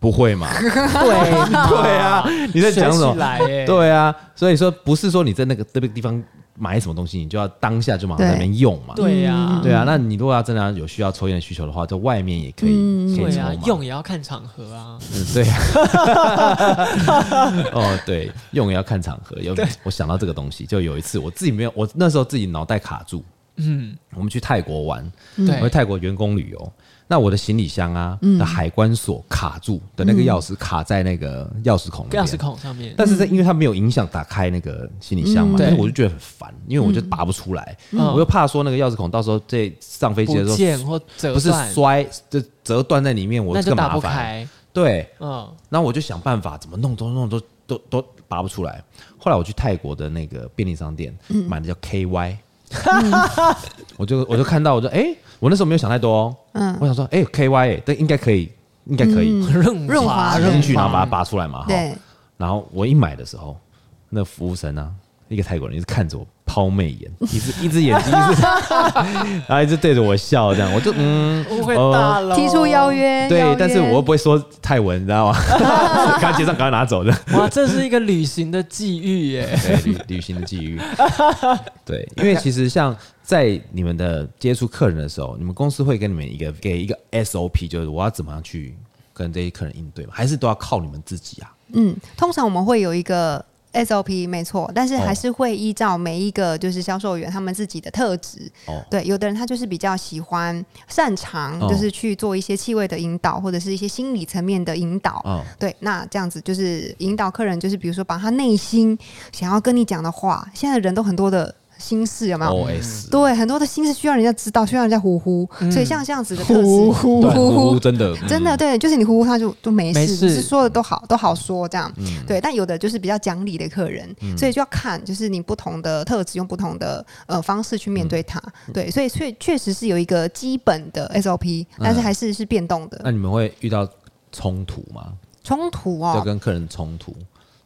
Speaker 2: 不会 嘛？
Speaker 3: 对
Speaker 2: 对啊，你在讲什
Speaker 3: 学起
Speaker 2: 么？
Speaker 3: 来耶，
Speaker 2: 对啊，所以说不是说你在那个那个地方买什么东西，你就要当下就马上在那边用嘛。
Speaker 3: 对嗯呀，
Speaker 2: 对啊，那你如果要真的有需要抽烟的需求的话，在外面也可以、可以
Speaker 3: 对
Speaker 2: 抽
Speaker 3: 啊
Speaker 2: 嘛。，
Speaker 3: 用也要看场合啊。
Speaker 2: 嗯 对啊，哦对，用也要看场合。有我想到这个东西，就有一次我自己没有，我那时候自己脑袋卡住。
Speaker 3: 嗯，
Speaker 2: 我们去泰国玩，我们
Speaker 3: 对嗯
Speaker 2: 去，泰国员工旅游，那我的行李箱啊的海关锁卡住的那个钥匙卡在那个钥匙孔那边
Speaker 3: 钥匙孔上面，
Speaker 2: 但是在因为它没有影响打开那个行李箱嘛，
Speaker 3: 嗯
Speaker 2: 但是
Speaker 3: 对
Speaker 2: 我就觉得很烦，因为我就拔不出来，
Speaker 3: 嗯
Speaker 2: 我又怕说那个钥匙孔到时候在上飞机的
Speaker 3: 不
Speaker 2: 时候
Speaker 3: 见或折
Speaker 2: 不是
Speaker 3: 断，
Speaker 2: 摔就折断在里面，我
Speaker 3: 那
Speaker 2: 这
Speaker 3: 就
Speaker 2: 个
Speaker 3: 打
Speaker 2: 麻
Speaker 3: 不
Speaker 2: 烦。
Speaker 3: 开。
Speaker 2: 对，
Speaker 3: 嗯，
Speaker 2: 然后我就想办法怎么弄都弄都都都拔不出来。后来我去泰国的那个便利商店、
Speaker 4: 嗯
Speaker 2: 买的叫 KY，、我就我就看到我就哎、我那时候没有想太多哦，
Speaker 4: 嗯
Speaker 2: 我想说哎、KY 哎、这应该可以，应该可以，
Speaker 3: 润
Speaker 4: 润滑
Speaker 3: 滑
Speaker 2: 扔进去
Speaker 4: 润滑
Speaker 2: 然后把它拔出来嘛，哈。
Speaker 4: 对，
Speaker 2: 然后我一买的时候，那服务生啊，一个泰国人一直看着我抛媚 眼，一只一只眼睛，一只，然后一直对着我笑，这样我就嗯，
Speaker 3: 误会大了，
Speaker 4: 提出邀。约，邀
Speaker 2: 对
Speaker 4: 约，
Speaker 2: 但是我又不会说泰文，你知 道吗？赶快结账，赶快拿走的。
Speaker 3: 哇，这是一个旅行的际遇耶！
Speaker 2: 对旅旅行的际遇，对，因为其实像在你们的接触客人的时候，你们公司会给你们一个给一个 SOP，就是我要怎么样去跟这些客人应对吗？还是都要靠你们自己啊？
Speaker 4: 嗯，通常我们会有一个 SOP，没错，但是还是会依照每一个就是销售员他们自己的特质。
Speaker 2: 哦
Speaker 4: 对，有的人他就是比较喜欢擅长，
Speaker 2: 哦
Speaker 4: 就是去做一些气味的引导，或者是一些心理层面的引导。
Speaker 3: 嗯
Speaker 2: 哦
Speaker 4: 对，那这样子就是引导客人，就是比如说把他内心想要跟你讲的话，现在人都很多的心事，有没有？
Speaker 3: 哦
Speaker 2: ，OS
Speaker 4: 对，很多的心事需要人家知道，需要人家呼呼，所以像这样子的特质，
Speaker 3: 呼
Speaker 2: 对，呼呼真的嗯
Speaker 4: 真的对，就是你呼呼他就都没事，
Speaker 3: 嗯没事嗯
Speaker 4: 就是说的都好都好说这样。对，但有的就是比较讲理的客人，所以就要看就是你不同的特质，用不同的呃方式去面对他。
Speaker 3: 嗯
Speaker 4: 对，所以确确实是有一个基本的 SOP，但是
Speaker 3: 嗯
Speaker 4: 还是是变动
Speaker 2: 那
Speaker 4: 的。
Speaker 2: 你们会遇到冲突吗？
Speaker 4: 冲突
Speaker 2: 要
Speaker 4: 哦，
Speaker 2: 跟客人冲突，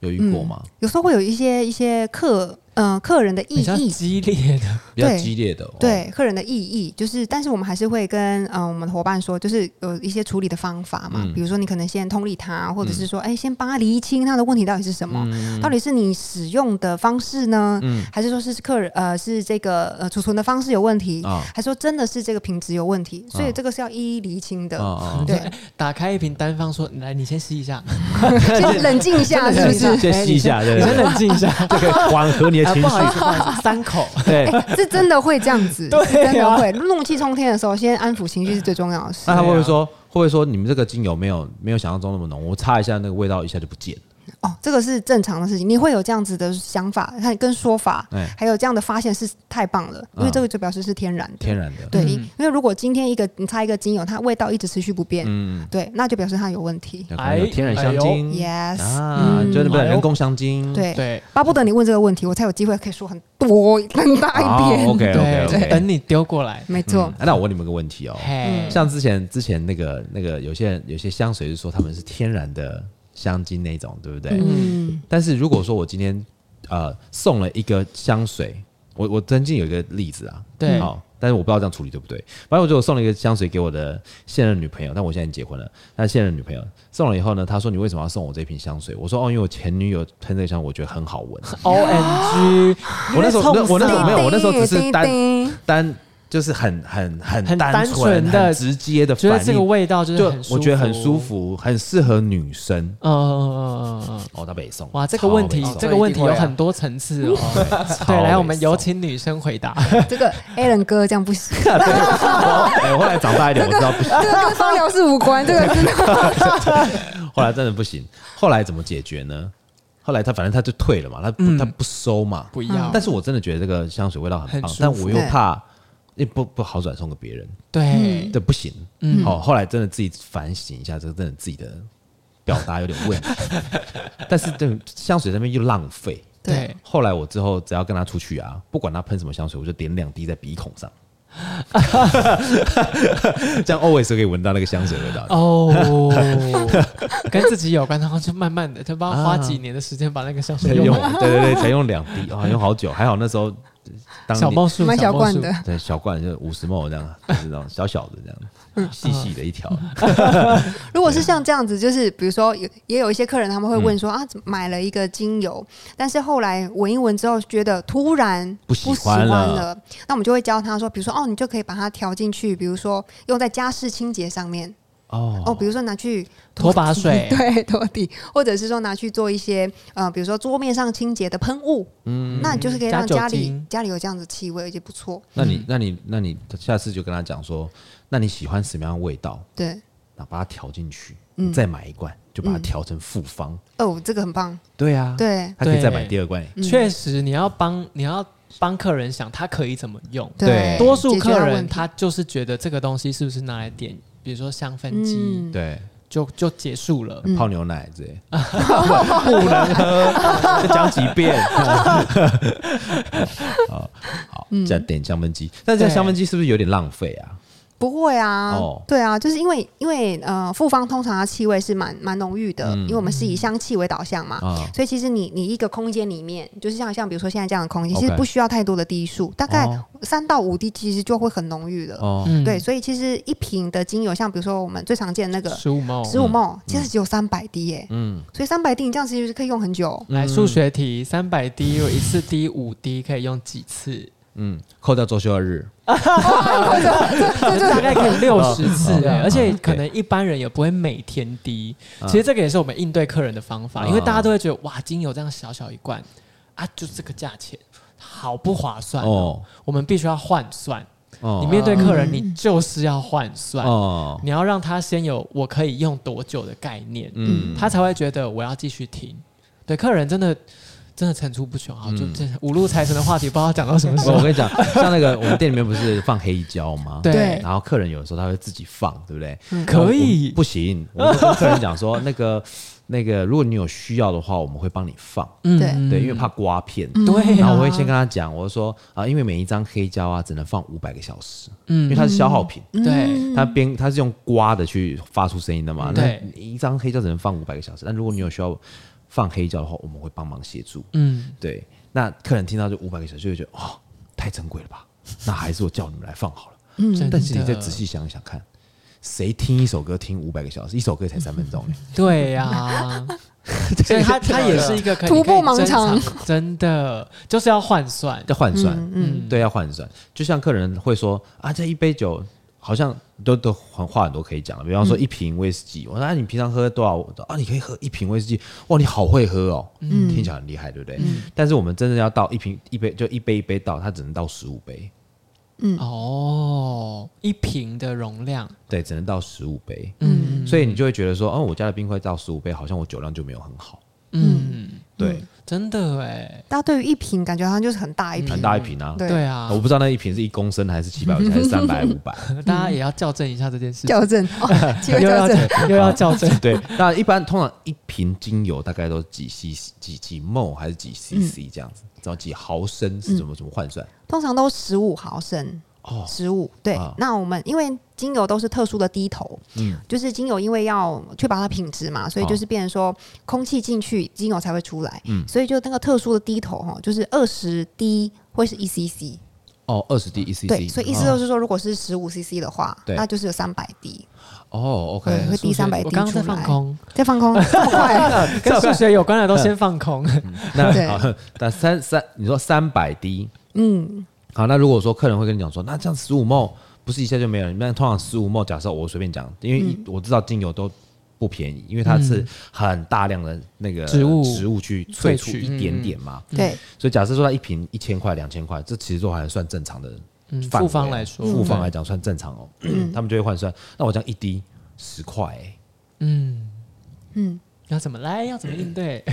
Speaker 2: 有遇过
Speaker 3: 嗯
Speaker 2: 吗？
Speaker 4: 有时候会有一些一些客嗯、呃客人的异
Speaker 3: 比较
Speaker 4: 议。
Speaker 3: 激烈的，
Speaker 2: 比较
Speaker 4: 对
Speaker 2: 激烈的，哦，
Speaker 4: 对客人的异议，就是，但是我们还是会跟嗯、呃我们的伙伴说，就是有一些处理的方法嘛，
Speaker 2: 嗯
Speaker 4: 比如说你可能先通理他，或者是说，哎、先帮他厘清他的问题到底是什么，
Speaker 2: 嗯
Speaker 4: 到底是你使用的方式呢，还是说是客人呃是这个呃储存的方式有问题，
Speaker 2: 啊
Speaker 4: 还是说真的是这个品质有问题，所
Speaker 2: 啊
Speaker 4: 以这个是要一一厘清的。
Speaker 2: 啊 啊，
Speaker 4: 对，
Speaker 3: 打开一瓶单方说：“来，你先吸一下，哎
Speaker 4: 先冷静一下，是不是？
Speaker 2: 先吸一下，对
Speaker 3: 你
Speaker 2: 对
Speaker 3: 先
Speaker 2: 对，
Speaker 3: 冷静一下。
Speaker 2: 这个缓和你的
Speaker 3: 啊”
Speaker 2: 情
Speaker 3: 不好意
Speaker 2: 绪，
Speaker 3: 思，不好意思，三口。
Speaker 2: 对。
Speaker 4: 是真的哎会这样子，
Speaker 3: 对啊
Speaker 4: 是真的会。怒气冲天的时候，先安抚情绪是最重要的事
Speaker 2: 那。他会不
Speaker 3: 对
Speaker 2: 会
Speaker 3: 啊
Speaker 2: 说，会不会说你们这个精油没有没有想象中那么浓？我擦一下，那个味道一下就不见了。
Speaker 4: 哦，这个是正常的事情，你会有这样子的想法，看跟说法，
Speaker 2: 哎，
Speaker 4: 还有这样的发现是太棒了，因为
Speaker 2: 嗯
Speaker 4: 这个就表示是天然的。
Speaker 2: 天然的，
Speaker 4: 对，
Speaker 3: 嗯
Speaker 4: 因为如果今天一个你擦一个精油，它味道一直持续不变，
Speaker 2: 嗯，
Speaker 4: 对，那就表示它有问题。
Speaker 2: 有可能有
Speaker 3: 哎
Speaker 2: 天然香精
Speaker 4: Yes，、
Speaker 2: 啊，
Speaker 4: 嗯
Speaker 2: 就是不能
Speaker 3: 哎呦
Speaker 2: 人工香精。
Speaker 4: 对，
Speaker 3: 对
Speaker 4: 巴不得你问这个问题，我才有机会可以说很多很大一遍。
Speaker 2: OK OK
Speaker 3: 对，就
Speaker 2: OK。
Speaker 3: 等你丢过来。
Speaker 4: 没错，
Speaker 2: 那我问你们个问题哦，
Speaker 4: 嗯
Speaker 3: 嘿，
Speaker 2: 像之前之前那个那个有些人有些香水是说他们是天然的香精那种，对不对？
Speaker 4: 嗯，
Speaker 2: 但是如果说我今天呃送了一个香水，我我曾经有一个例子啊，
Speaker 3: 对
Speaker 2: 好、但是我不知道这样处理对不对。反正我就送了一个香水给我的现任女朋友，但我现在已经结婚了。那现任女朋友送了以后呢，她说你为什么要送我这瓶香水？我说哦，因为我前女友喷这个香，我觉得很好闻。
Speaker 3: O M G，
Speaker 2: 我那时候我那时候没有，我那时候只是单
Speaker 4: 叮
Speaker 2: 单就是很很很
Speaker 3: 很
Speaker 2: 单
Speaker 3: 单
Speaker 2: 纯
Speaker 3: 纯的
Speaker 2: 很直接的
Speaker 3: 觉
Speaker 2: 反
Speaker 3: 得
Speaker 2: 应，
Speaker 3: 这个味道就是
Speaker 2: 就
Speaker 3: 很舒服
Speaker 2: 我觉得很舒。服，很适合女生。
Speaker 3: 嗯嗯嗯嗯嗯。
Speaker 2: 哦，她北送
Speaker 3: 哇，这个问题
Speaker 2: 超北，送
Speaker 3: 这个问题
Speaker 2: 啊
Speaker 3: 有很多层次 哦。对，来，我们有请女生回答。
Speaker 4: 叮这个 Alan 哥这样不行，
Speaker 2: 对我 哎我后来长大一点，我知道不行，
Speaker 4: 这个跟芳疗是无关，这个真的
Speaker 2: 后来真的不行。后来怎么解决呢？后来他反正他就退了嘛，他不、他不收嘛。
Speaker 3: 嗯不要，
Speaker 2: 但是我真的觉得这个香水味道很
Speaker 3: 很
Speaker 2: 棒
Speaker 3: 舒，服
Speaker 2: 但我又怕也不不好转送给别人，
Speaker 4: 嗯
Speaker 3: 对，
Speaker 2: 这不行。
Speaker 3: 嗯
Speaker 2: 好，后来真的自己反省一下，这个真的自己的表达有点问题。 但是这香水这边又浪费。
Speaker 3: 对，
Speaker 2: 后来我之后只要跟他出去啊，不管他喷什么香水，我就点两滴在鼻孔上， 这样 always 可以闻到那个香水味道。
Speaker 3: 哦， 跟自己有关，然后就慢慢的，就帮花几年的时间把那个香水
Speaker 2: 才
Speaker 3: 用
Speaker 2: 用
Speaker 3: 完。，
Speaker 2: 对对对，才用两滴，哇、用好久，还好那时候当
Speaker 3: 小
Speaker 2: 年
Speaker 3: 猫树，
Speaker 4: 蛮小
Speaker 3: 猫
Speaker 4: 罐
Speaker 3: 树
Speaker 4: 的。。
Speaker 2: 对小罐就五十毛这样，就是那种小小的这
Speaker 3: 嗯
Speaker 2: 样，细细的一条，
Speaker 4: 如
Speaker 3: 啊
Speaker 4: 果是像这样子，就是比如说有也有一些客人他们会问
Speaker 3: 嗯
Speaker 4: 说、啊，怎么买了一个精油，但是后来闻一闻之后觉得突然
Speaker 2: 不喜
Speaker 4: 喜
Speaker 2: 欢了
Speaker 4: 欢了，那我们就会教他说，比如说哦，你就可以把它调进去，比如说用在家事清洁上面。
Speaker 2: 哦
Speaker 4: 哦，比如说拿去
Speaker 3: 拖把水
Speaker 4: 对，拖地，或者是说拿去做一些呃，比如说桌面上清洁的喷雾，嗯，那你就是可以
Speaker 3: 加
Speaker 4: 让
Speaker 3: 酒
Speaker 4: 家里
Speaker 3: 精
Speaker 4: 家里有这样子气味，就不错。
Speaker 2: 那
Speaker 3: 嗯
Speaker 2: 你那你那你下次就跟他讲说，那你喜欢什么样的味道，
Speaker 4: 对，
Speaker 2: 那把它调进去，
Speaker 3: 嗯
Speaker 2: 再买一罐，就把它调成复方。
Speaker 4: 哦，这个很棒，
Speaker 2: 对啊，
Speaker 4: 对嗯
Speaker 2: 他可以再买
Speaker 3: 对
Speaker 2: 第二罐。
Speaker 3: 确实，你要帮你要帮客人想他可以怎么用。
Speaker 2: 对
Speaker 3: 多数
Speaker 4: 解决
Speaker 3: 客
Speaker 4: 他
Speaker 3: 人
Speaker 4: 问题
Speaker 3: 他就是觉得这个东西是不是拿来点，比如说香氛机、
Speaker 4: 嗯，
Speaker 2: 对，
Speaker 3: 就就结束了。
Speaker 2: 泡牛奶之 类，不能喝，讲几 遍。好好，
Speaker 3: 嗯
Speaker 2: 这样点香氛机，但是这样
Speaker 3: 对
Speaker 2: 香氛机是不是有点浪费啊？
Speaker 4: 不会啊，
Speaker 2: 哦
Speaker 4: 对啊，就是因为因为呃，复方通常它气味是蛮蛮浓郁的，因为我们是以香气为导向嘛，
Speaker 2: 嗯啊，
Speaker 4: 所以其实你你一个空间里面，就是像像比如说现在这样的空间，其实
Speaker 2: OK
Speaker 4: 不需要太多的滴数，大概
Speaker 2: 哦
Speaker 4: 三到五滴其实就会很浓郁了。
Speaker 2: 哦，
Speaker 3: 嗯
Speaker 4: 对，，所以其实一瓶的精油，像比如说我们最常见的那个
Speaker 3: 十五梦
Speaker 4: 十五梦，其实只有三百滴耶，
Speaker 2: 嗯，
Speaker 4: 所以三百滴你这样其实可以用很久。
Speaker 3: 来数学题，三百滴有一次滴五滴可以用几 次？
Speaker 2: 嗯，扣掉周休二日，
Speaker 3: 大概可以六十次
Speaker 2: 哦，
Speaker 3: 哎
Speaker 2: 哦
Speaker 3: 而且可能一般人也不会每天滴。
Speaker 2: 啊
Speaker 3: 其实这个也是我们应对客人的方法，因为大家都会觉得哇，精油这样小小一罐啊，就这个价钱，好不划算哦
Speaker 2: 哦。
Speaker 3: 我们必须要换算，
Speaker 2: 哦
Speaker 3: 你面对客人，你就是要换算，
Speaker 2: 哦，
Speaker 3: 你要让他先有我可以用多久的概念，
Speaker 2: 嗯
Speaker 3: 他才会觉得我要继续听。对，客人真的真的层出不穷
Speaker 2: 嗯
Speaker 3: 啊，就这五路财神的话题，不知道讲 到什么时
Speaker 2: 我我
Speaker 3: 候。
Speaker 2: 跟你讲，像那个我们店里面不是放黑胶吗？
Speaker 4: 对
Speaker 2: 然后客人有的时候他会自己放，对不对？
Speaker 3: 可
Speaker 2: 我
Speaker 3: 以
Speaker 2: 们不行，我们会跟客人讲说，那个 那个，如果你有需要的话，我们会帮你放，
Speaker 3: 嗯
Speaker 4: 对嗯
Speaker 2: 对，因为怕刮片。
Speaker 3: 对
Speaker 2: 然后
Speaker 3: 啊，
Speaker 2: 我会先跟他讲，我就说啊，因为每一张黑胶啊只能放五百个小时，因
Speaker 3: 嗯
Speaker 2: 为它是消耗品，
Speaker 3: 对。
Speaker 2: 它边它是用刮的去发出声音的嘛，那
Speaker 3: 对
Speaker 2: 一张黑胶只能放五百个小时。但如果你有需要放黑胶的话，我们会帮忙协助。
Speaker 3: 嗯，
Speaker 2: 对，那客人听到这五百个小时就会觉得哦，太珍贵了吧？那还是我叫你们来放好了。
Speaker 4: 嗯
Speaker 3: 真
Speaker 2: 但是你
Speaker 3: 的
Speaker 2: 再仔细想一想看，谁听一首歌听五百个小时？一首歌才三分钟呢。
Speaker 3: 对呀、 所以它它也是一个可以
Speaker 4: 徒步盲，
Speaker 3: 你可以珍藏 真的就是要换算。
Speaker 2: 要换算，
Speaker 4: 嗯
Speaker 2: 对，要换算。就像客人会说啊，这一杯酒好像都都很话很多可以讲了。比方说一瓶威士忌，我说啊，你平常喝多少？啊，你可以喝一瓶威士忌，哇，你好会喝哦，听起来很厉害，对不对？但是我们真的要倒一瓶一杯，就一杯一杯倒，它只能倒十五杯，
Speaker 3: 哦，一瓶的容量，
Speaker 2: 对，只能倒十五杯。
Speaker 3: 嗯
Speaker 2: 所以你就会觉得说，哦，我家的冰块倒十五杯，好像我酒量就没有很好，
Speaker 3: 嗯，
Speaker 2: 对，
Speaker 3: 真的哎，
Speaker 4: 大家对于一瓶感觉好像就是很大一瓶
Speaker 2: 很，大一瓶啊。
Speaker 4: 嗯对
Speaker 3: 对
Speaker 2: 啊
Speaker 3: 啊
Speaker 2: 我，不知道那一瓶是一公升还是七百五十还是三百五 百。
Speaker 3: 大家也要校正一下这件事 情，
Speaker 4: 校正哦，气
Speaker 3: 又
Speaker 4: 味校
Speaker 3: 要
Speaker 4: 正，
Speaker 3: 又要校正，
Speaker 2: 对，那一般通常一瓶精油大概都几 cc 几几 ml 还是几
Speaker 4: 嗯
Speaker 2: cc 这样子，然后几毫升是怎么怎么换算？
Speaker 4: 通常都十五毫升。
Speaker 2: 哦
Speaker 4: 十五对，
Speaker 2: 啊
Speaker 4: 那我们因为精油都是特殊的低头，
Speaker 2: 嗯
Speaker 4: 就是精油因为要确保它品质嘛，所以
Speaker 2: 哦
Speaker 4: 就是变成说空气进去，精油才会出来，
Speaker 2: 嗯
Speaker 4: 所以就那个特殊的低头哈，就是二十滴会是一 cc，
Speaker 2: 哦，二十滴一 cc，
Speaker 4: 对，所以意思
Speaker 2: 哦
Speaker 4: 就是说，如果是十五 CC 的话，
Speaker 2: 对
Speaker 4: 那就是有三百滴，
Speaker 2: 哦
Speaker 4: 对，
Speaker 3: 呃
Speaker 2: ，OK，
Speaker 4: 嗯会滴三百
Speaker 3: 我
Speaker 4: 滴
Speaker 3: 刚刚
Speaker 4: 出
Speaker 3: 在
Speaker 4: 来。
Speaker 3: 放，空，
Speaker 4: 再放 空，这么快？
Speaker 2: 嗯
Speaker 3: 跟数学有关的都先放空，
Speaker 4: 对
Speaker 2: 那好，那三三，你说三百滴，
Speaker 4: 嗯，
Speaker 2: 好，那如果说客人会跟你讲说，那这样十五 ml 不是一下就没有了？那通常十五 ml，假设我随便讲，因为
Speaker 4: 嗯
Speaker 2: 一我知道精油都。不便宜，因为它是很大量的那个
Speaker 3: 嗯植物
Speaker 2: 植物去萃
Speaker 3: 萃
Speaker 2: 出
Speaker 3: 取嗯
Speaker 2: 一点点嘛，
Speaker 4: 对，
Speaker 2: 所以假设说它一瓶一千块、两千块，这其实都还算正常的
Speaker 3: 嗯
Speaker 2: 范围
Speaker 3: 复方来说
Speaker 2: 复方
Speaker 3: 嗯
Speaker 2: 来讲算正常哦。
Speaker 4: 嗯
Speaker 2: 他们就会换算，那我这样一滴十块、 欸，
Speaker 3: 嗯
Speaker 4: 嗯，
Speaker 3: 要怎么来，要怎么应对，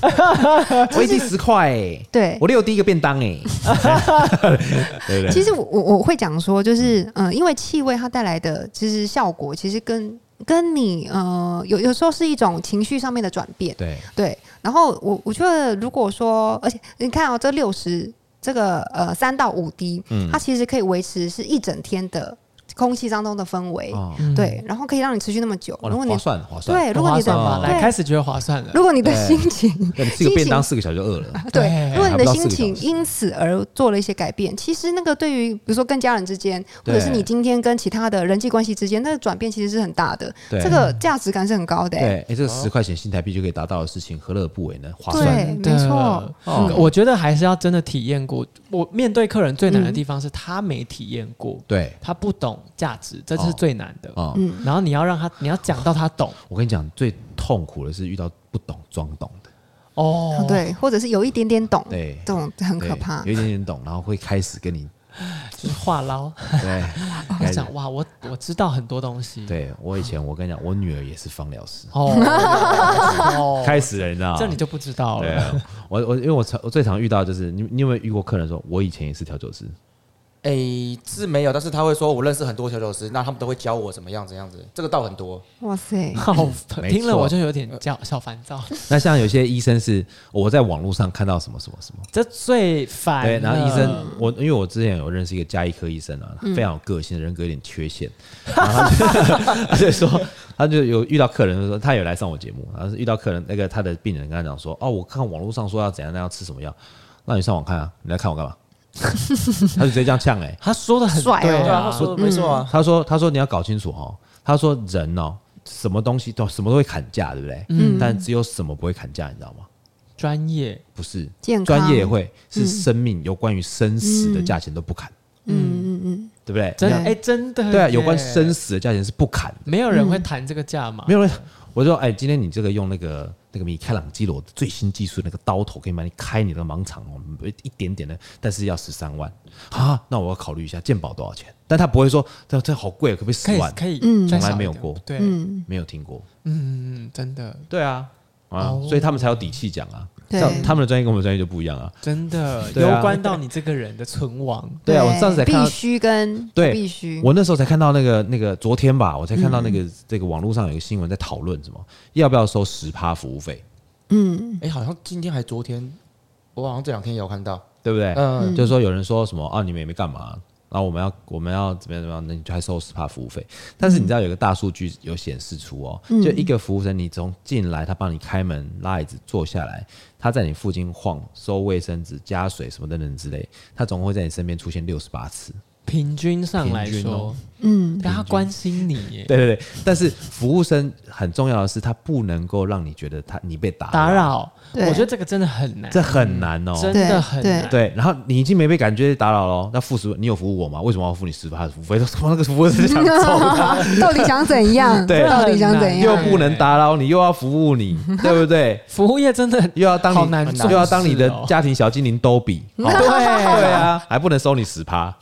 Speaker 4: 呃
Speaker 2: 我一滴十块、欸，
Speaker 4: 对
Speaker 2: 我。六滴一个便当、 欸， 哎，对不对？
Speaker 4: 其实我我我会讲说，就是嗯、呃因为气味它带来的其实效果，其实跟跟你呃有有时候是一种情绪上面的转变，
Speaker 2: 对，
Speaker 4: 对。然后我我觉得，如果说，而且你看哦，这六十这个呃三到五滴，
Speaker 2: 嗯
Speaker 4: 它其实可以维持是一整天的空气当中的氛围，
Speaker 2: 哦，
Speaker 3: 嗯，
Speaker 4: 对，然后可以让你持续那么久。
Speaker 2: 哇
Speaker 4: 如果你
Speaker 2: 划算划算，
Speaker 4: 对，如果
Speaker 3: 划
Speaker 4: 你的
Speaker 3: 算吧，来
Speaker 4: 对
Speaker 3: 开始觉得划算了，
Speaker 4: 如果你的
Speaker 2: 对
Speaker 4: 心 情，
Speaker 2: 对，你吃个便当四个小时就饿了，
Speaker 3: 对
Speaker 4: 对，如果你
Speaker 2: 还不
Speaker 4: 的
Speaker 2: 到
Speaker 4: 心
Speaker 2: 四个
Speaker 4: 情
Speaker 2: 小时
Speaker 4: 因此而做了一些改变，其实那个对于比如说跟家人之间，或者是
Speaker 2: 对
Speaker 4: 你今天跟其他的人际关系之间，那个转变其实是很大的，
Speaker 2: 对
Speaker 4: 这个价值感是很高的、
Speaker 2: 对，
Speaker 4: 欸。
Speaker 2: 哎，这个十块钱新台币就可以达到的事情，何乐而不为呢？划算，
Speaker 4: 对，没错，
Speaker 2: 哦
Speaker 3: 嗯我觉得还
Speaker 4: 嗯
Speaker 3: 是要真的体验过。我面对客人最难的地方是他没体验过，
Speaker 2: 对
Speaker 3: 他不懂懂价值，这是最难的。
Speaker 2: 啊、
Speaker 4: 嗯
Speaker 3: 然后你要让他，你要讲到他懂
Speaker 2: 我跟你讲，最痛苦的是遇到不懂装懂的，
Speaker 3: 哦。，
Speaker 4: 对，或者是有一点点懂，
Speaker 2: 对，
Speaker 4: 这种很
Speaker 2: 对
Speaker 4: 可怕
Speaker 2: 有。一点点懂，然后会开始跟你
Speaker 3: 就是话唠，
Speaker 2: 对，
Speaker 3: 他
Speaker 2: 开始
Speaker 3: 讲哇，我我知道很多东西。
Speaker 2: 对我以前我跟你讲，我女儿也是芳疗师，
Speaker 3: 哦哦，
Speaker 2: 开始了，你知道吗
Speaker 3: 这你就不知道
Speaker 2: 对
Speaker 3: 了。
Speaker 2: 啊，我我因为我常我最常遇到的就是你你有没有遇过客人说，我以前也是调酒师，
Speaker 1: 诶、哎是没有，但是他会说我认识很多调酒师，那他们都会教我怎么样怎样子，这个倒很多。
Speaker 4: 哇塞，
Speaker 3: 好，
Speaker 2: 嗯 没
Speaker 3: 听了
Speaker 2: 错呃
Speaker 3: 我就有点叫小烦躁，
Speaker 2: 那像有些医生是我在网络上看到什么什么什么，
Speaker 3: 这最烦了。
Speaker 2: 对，然后医生
Speaker 3: 嗯
Speaker 2: 我因为我之前有认识一个加医科医生啊，非常有个性，人格有点缺陷，然后他就 他就说他就有遇到客人就说他有来上我节目，然后是遇到客人那个他的病人跟他讲说，哦，我看网络上说要怎样，那要吃什么药，那你上网看啊，你来看我干嘛？ 他就直接这样呛哎、
Speaker 3: 他说的很
Speaker 4: 帅哦
Speaker 3: 对
Speaker 1: 对啊，
Speaker 3: 啊
Speaker 1: 他，说的没错啊。
Speaker 2: 他说：“他说你要搞清楚哦，他说人哦，什么东西都什么都会砍价，对不对？嗯，但只有什么不会砍价，你知道吗？
Speaker 3: 专业
Speaker 2: 不是
Speaker 4: 健康
Speaker 2: 专业也会是生命有关于生死的价钱都不砍，
Speaker 4: 嗯嗯嗯，
Speaker 2: 对不对？
Speaker 3: 真
Speaker 2: 你
Speaker 3: 哎真的
Speaker 2: 看对啊啊，
Speaker 3: 耶
Speaker 2: 有关生死的价钱是不砍的。
Speaker 3: 没有人会
Speaker 4: 嗯
Speaker 3: 谈这个价嘛？
Speaker 2: 没有人，我说哎，今天你这个用那个那个米开朗基罗的最新技术那个刀头，可以帮你开你的盲肠哦，一点点的，但是要十三万啊，那我要考虑一下鉴宝多少钱？但他不会说这这好贵，可不可以
Speaker 3: 可
Speaker 2: 十
Speaker 3: 以
Speaker 2: 万？
Speaker 3: 可以，
Speaker 4: 嗯
Speaker 3: 再
Speaker 2: 从来
Speaker 3: 少一
Speaker 2: 没有
Speaker 3: 点
Speaker 2: 过
Speaker 3: 对，嗯
Speaker 4: 嗯，
Speaker 2: 没有听过。”
Speaker 3: 嗯，真的
Speaker 2: 对啊，啊，
Speaker 3: 哦
Speaker 2: 所以他们才有底气讲啊。
Speaker 4: 对
Speaker 2: 像他们的专业跟我们专业就不一样啊。
Speaker 3: 真的
Speaker 2: 对啊
Speaker 3: 攸关到你这个人的存亡。
Speaker 2: 对啊，我上次才看
Speaker 4: 必
Speaker 2: 到，
Speaker 4: 须跟
Speaker 2: 对
Speaker 4: 必须，
Speaker 2: 我那时候才看到那个那个昨天吧，我才看到那个、这个网络上有一个新闻在讨论什么要不要收十趴服务费，
Speaker 4: 嗯，
Speaker 1: 哎、好像今天还昨天，我好像这两天也有看到。
Speaker 2: 对不对？
Speaker 1: 嗯，
Speaker 2: 就是说有人说什么啊，你们也没干嘛。然后我们要我们要怎么样怎么样，那你就还收十趴服务费。但是你知道有个大数据有显示出哦，
Speaker 3: 嗯
Speaker 2: 就一个服务生，你从进来他帮你开门、拉椅子、坐下来，他在你附近晃、收卫生纸、加水什么等等之类，他总共会在你身边出现六十八次。
Speaker 3: 平均上来
Speaker 2: 平均哦
Speaker 3: 说，
Speaker 4: 嗯，
Speaker 3: 但他关心你耶，
Speaker 2: 对对对，但是服务生很重要的是，他不能够让你觉得他你被打
Speaker 3: 打，扰，
Speaker 4: 对
Speaker 3: 我觉得这个真的很难，
Speaker 2: 这很难哦。
Speaker 3: 真的很难。
Speaker 2: 对，然后你已经没被感觉打扰了哦，那付十，你有服务我吗？为什么要付你十趴的服务费？ 他妈那个服务生想揍他。
Speaker 4: 到底想怎样？
Speaker 2: 对
Speaker 4: 到底想怎
Speaker 2: 又
Speaker 4: 样？
Speaker 2: 不能打扰你，又要服务 你，对不对？
Speaker 3: 服务业真的
Speaker 2: 又要当
Speaker 3: 好
Speaker 2: 你
Speaker 3: 难
Speaker 2: 又
Speaker 3: 做
Speaker 2: 要当你的
Speaker 3: 事哦
Speaker 2: 家庭小精灵兜 比， 哦对
Speaker 3: 对，
Speaker 2: 啊，还不能收你十趴。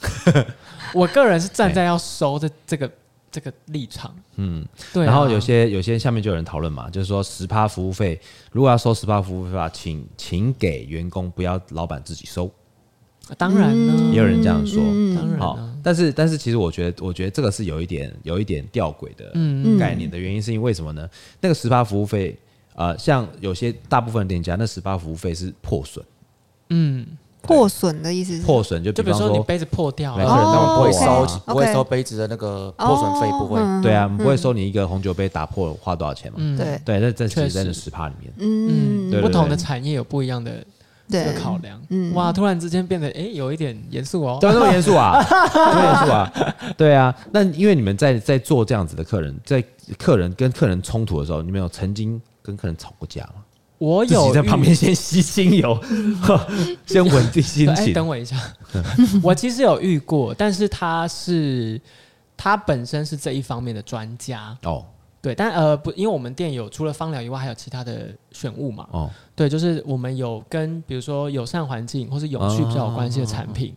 Speaker 3: 我个人是站在要收的这个这个立场，嗯，对啊。
Speaker 2: 然后有些有些下面就有人讨论嘛，就是说十趴服务费，如果要收十趴服务费的话，请请给员工，不要老板自己收。
Speaker 3: 当然呢
Speaker 4: 嗯
Speaker 2: 也，有人这样说，
Speaker 3: 嗯当然啊
Speaker 2: 好
Speaker 3: 呢，，
Speaker 2: 但是但是其实我觉得，我觉得这个是有一点有一点吊诡的
Speaker 3: 嗯
Speaker 2: 概念的原因，是因为什么呢？那个十趴服务费，呃，像有些大部分店家，那十趴服务费是破损，
Speaker 3: 嗯，
Speaker 4: 破损的意思是
Speaker 2: 破损就
Speaker 3: 就
Speaker 2: 比
Speaker 3: 比如
Speaker 2: 方
Speaker 3: 说你
Speaker 2: 说，
Speaker 3: 杯子破掉啊
Speaker 2: 每
Speaker 3: 了
Speaker 2: 个，人他们不会
Speaker 1: 不会
Speaker 2: 收
Speaker 1: 收
Speaker 2: 啊，
Speaker 1: 不会
Speaker 4: OK
Speaker 1: 收杯子的那个破损费，不会。
Speaker 4: 哦嗯
Speaker 2: 对啊，不会收你一个红酒杯打破花多少钱嘛？
Speaker 3: 嗯，
Speaker 4: 哦
Speaker 2: 对，
Speaker 4: 对，
Speaker 2: 那这其
Speaker 3: 确
Speaker 2: 实在那
Speaker 3: 实
Speaker 2: 十趴里面，
Speaker 4: 嗯，
Speaker 2: 对
Speaker 3: 嗯，不同的产业有不一样的这
Speaker 4: 对
Speaker 3: 个，考量。
Speaker 4: 嗯
Speaker 3: 哇，突然之间变得哎，有一点严肃哦。
Speaker 2: 怎么那么严肃 啊？这么严肃啊？对啊，那因为你们在在做这样子的客人，在客人跟客人冲突的时候，你们有曾经跟客人吵过架吗？
Speaker 3: 我
Speaker 2: 自己
Speaker 3: 有
Speaker 2: 在旁
Speaker 3: 遇
Speaker 2: 边先吸精油，呵 先稳定心
Speaker 3: 对哎，
Speaker 2: 情。嗯
Speaker 3: 等我一下， 我其实有遇过，但是他是他本身是这一方面的专家，
Speaker 2: 哦
Speaker 3: 对，但呃不，因为我们店有除了芳疗以外，还有其他的选物嘛，
Speaker 2: 哦，
Speaker 3: 对，就是我们有跟比如说友善环境或是永续比较有关系的
Speaker 2: 啊
Speaker 3: 产品，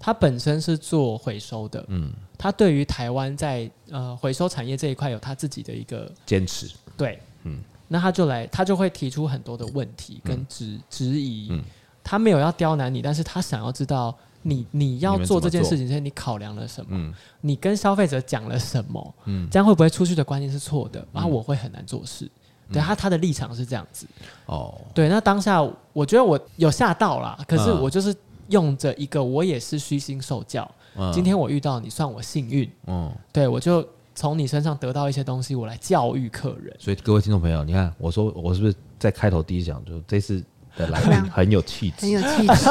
Speaker 3: 它本身是做回收的，
Speaker 2: 嗯，
Speaker 3: 它对于台湾在呃回收产业这一块有它自己的一个
Speaker 2: 坚持
Speaker 3: 对，
Speaker 2: 嗯
Speaker 3: 嗯，那他就来，他就会提出很多的问题跟质、质疑，
Speaker 2: 嗯
Speaker 3: 他没有要刁难你，但是他想要知道你你要
Speaker 2: 你们
Speaker 3: 做
Speaker 2: 怎么
Speaker 3: 这件
Speaker 2: 做
Speaker 3: 事情之前，你考量了什么，
Speaker 2: 嗯
Speaker 3: 你跟消费者讲了什么，
Speaker 2: 嗯
Speaker 3: 这样会不会出去的观念是错的，然后我会很难做事。
Speaker 2: 嗯
Speaker 3: 对他他的立场是这样子，
Speaker 2: 哦，
Speaker 3: 对，那当下我觉得我有吓到啦，可是
Speaker 2: 嗯
Speaker 3: 我就是用着一个我也是虚心受教，
Speaker 2: 嗯
Speaker 3: 今天我遇到你算我幸运，
Speaker 2: 嗯，
Speaker 3: 对我就从你身上得到一些东西，我来教育客人。
Speaker 2: 所以各位听众朋友，你看我说我是不是在开头第一讲就这次的来
Speaker 4: 怎
Speaker 2: 宾
Speaker 4: 么样
Speaker 2: 很有气
Speaker 4: 啊很
Speaker 2: 质？
Speaker 4: 有气质，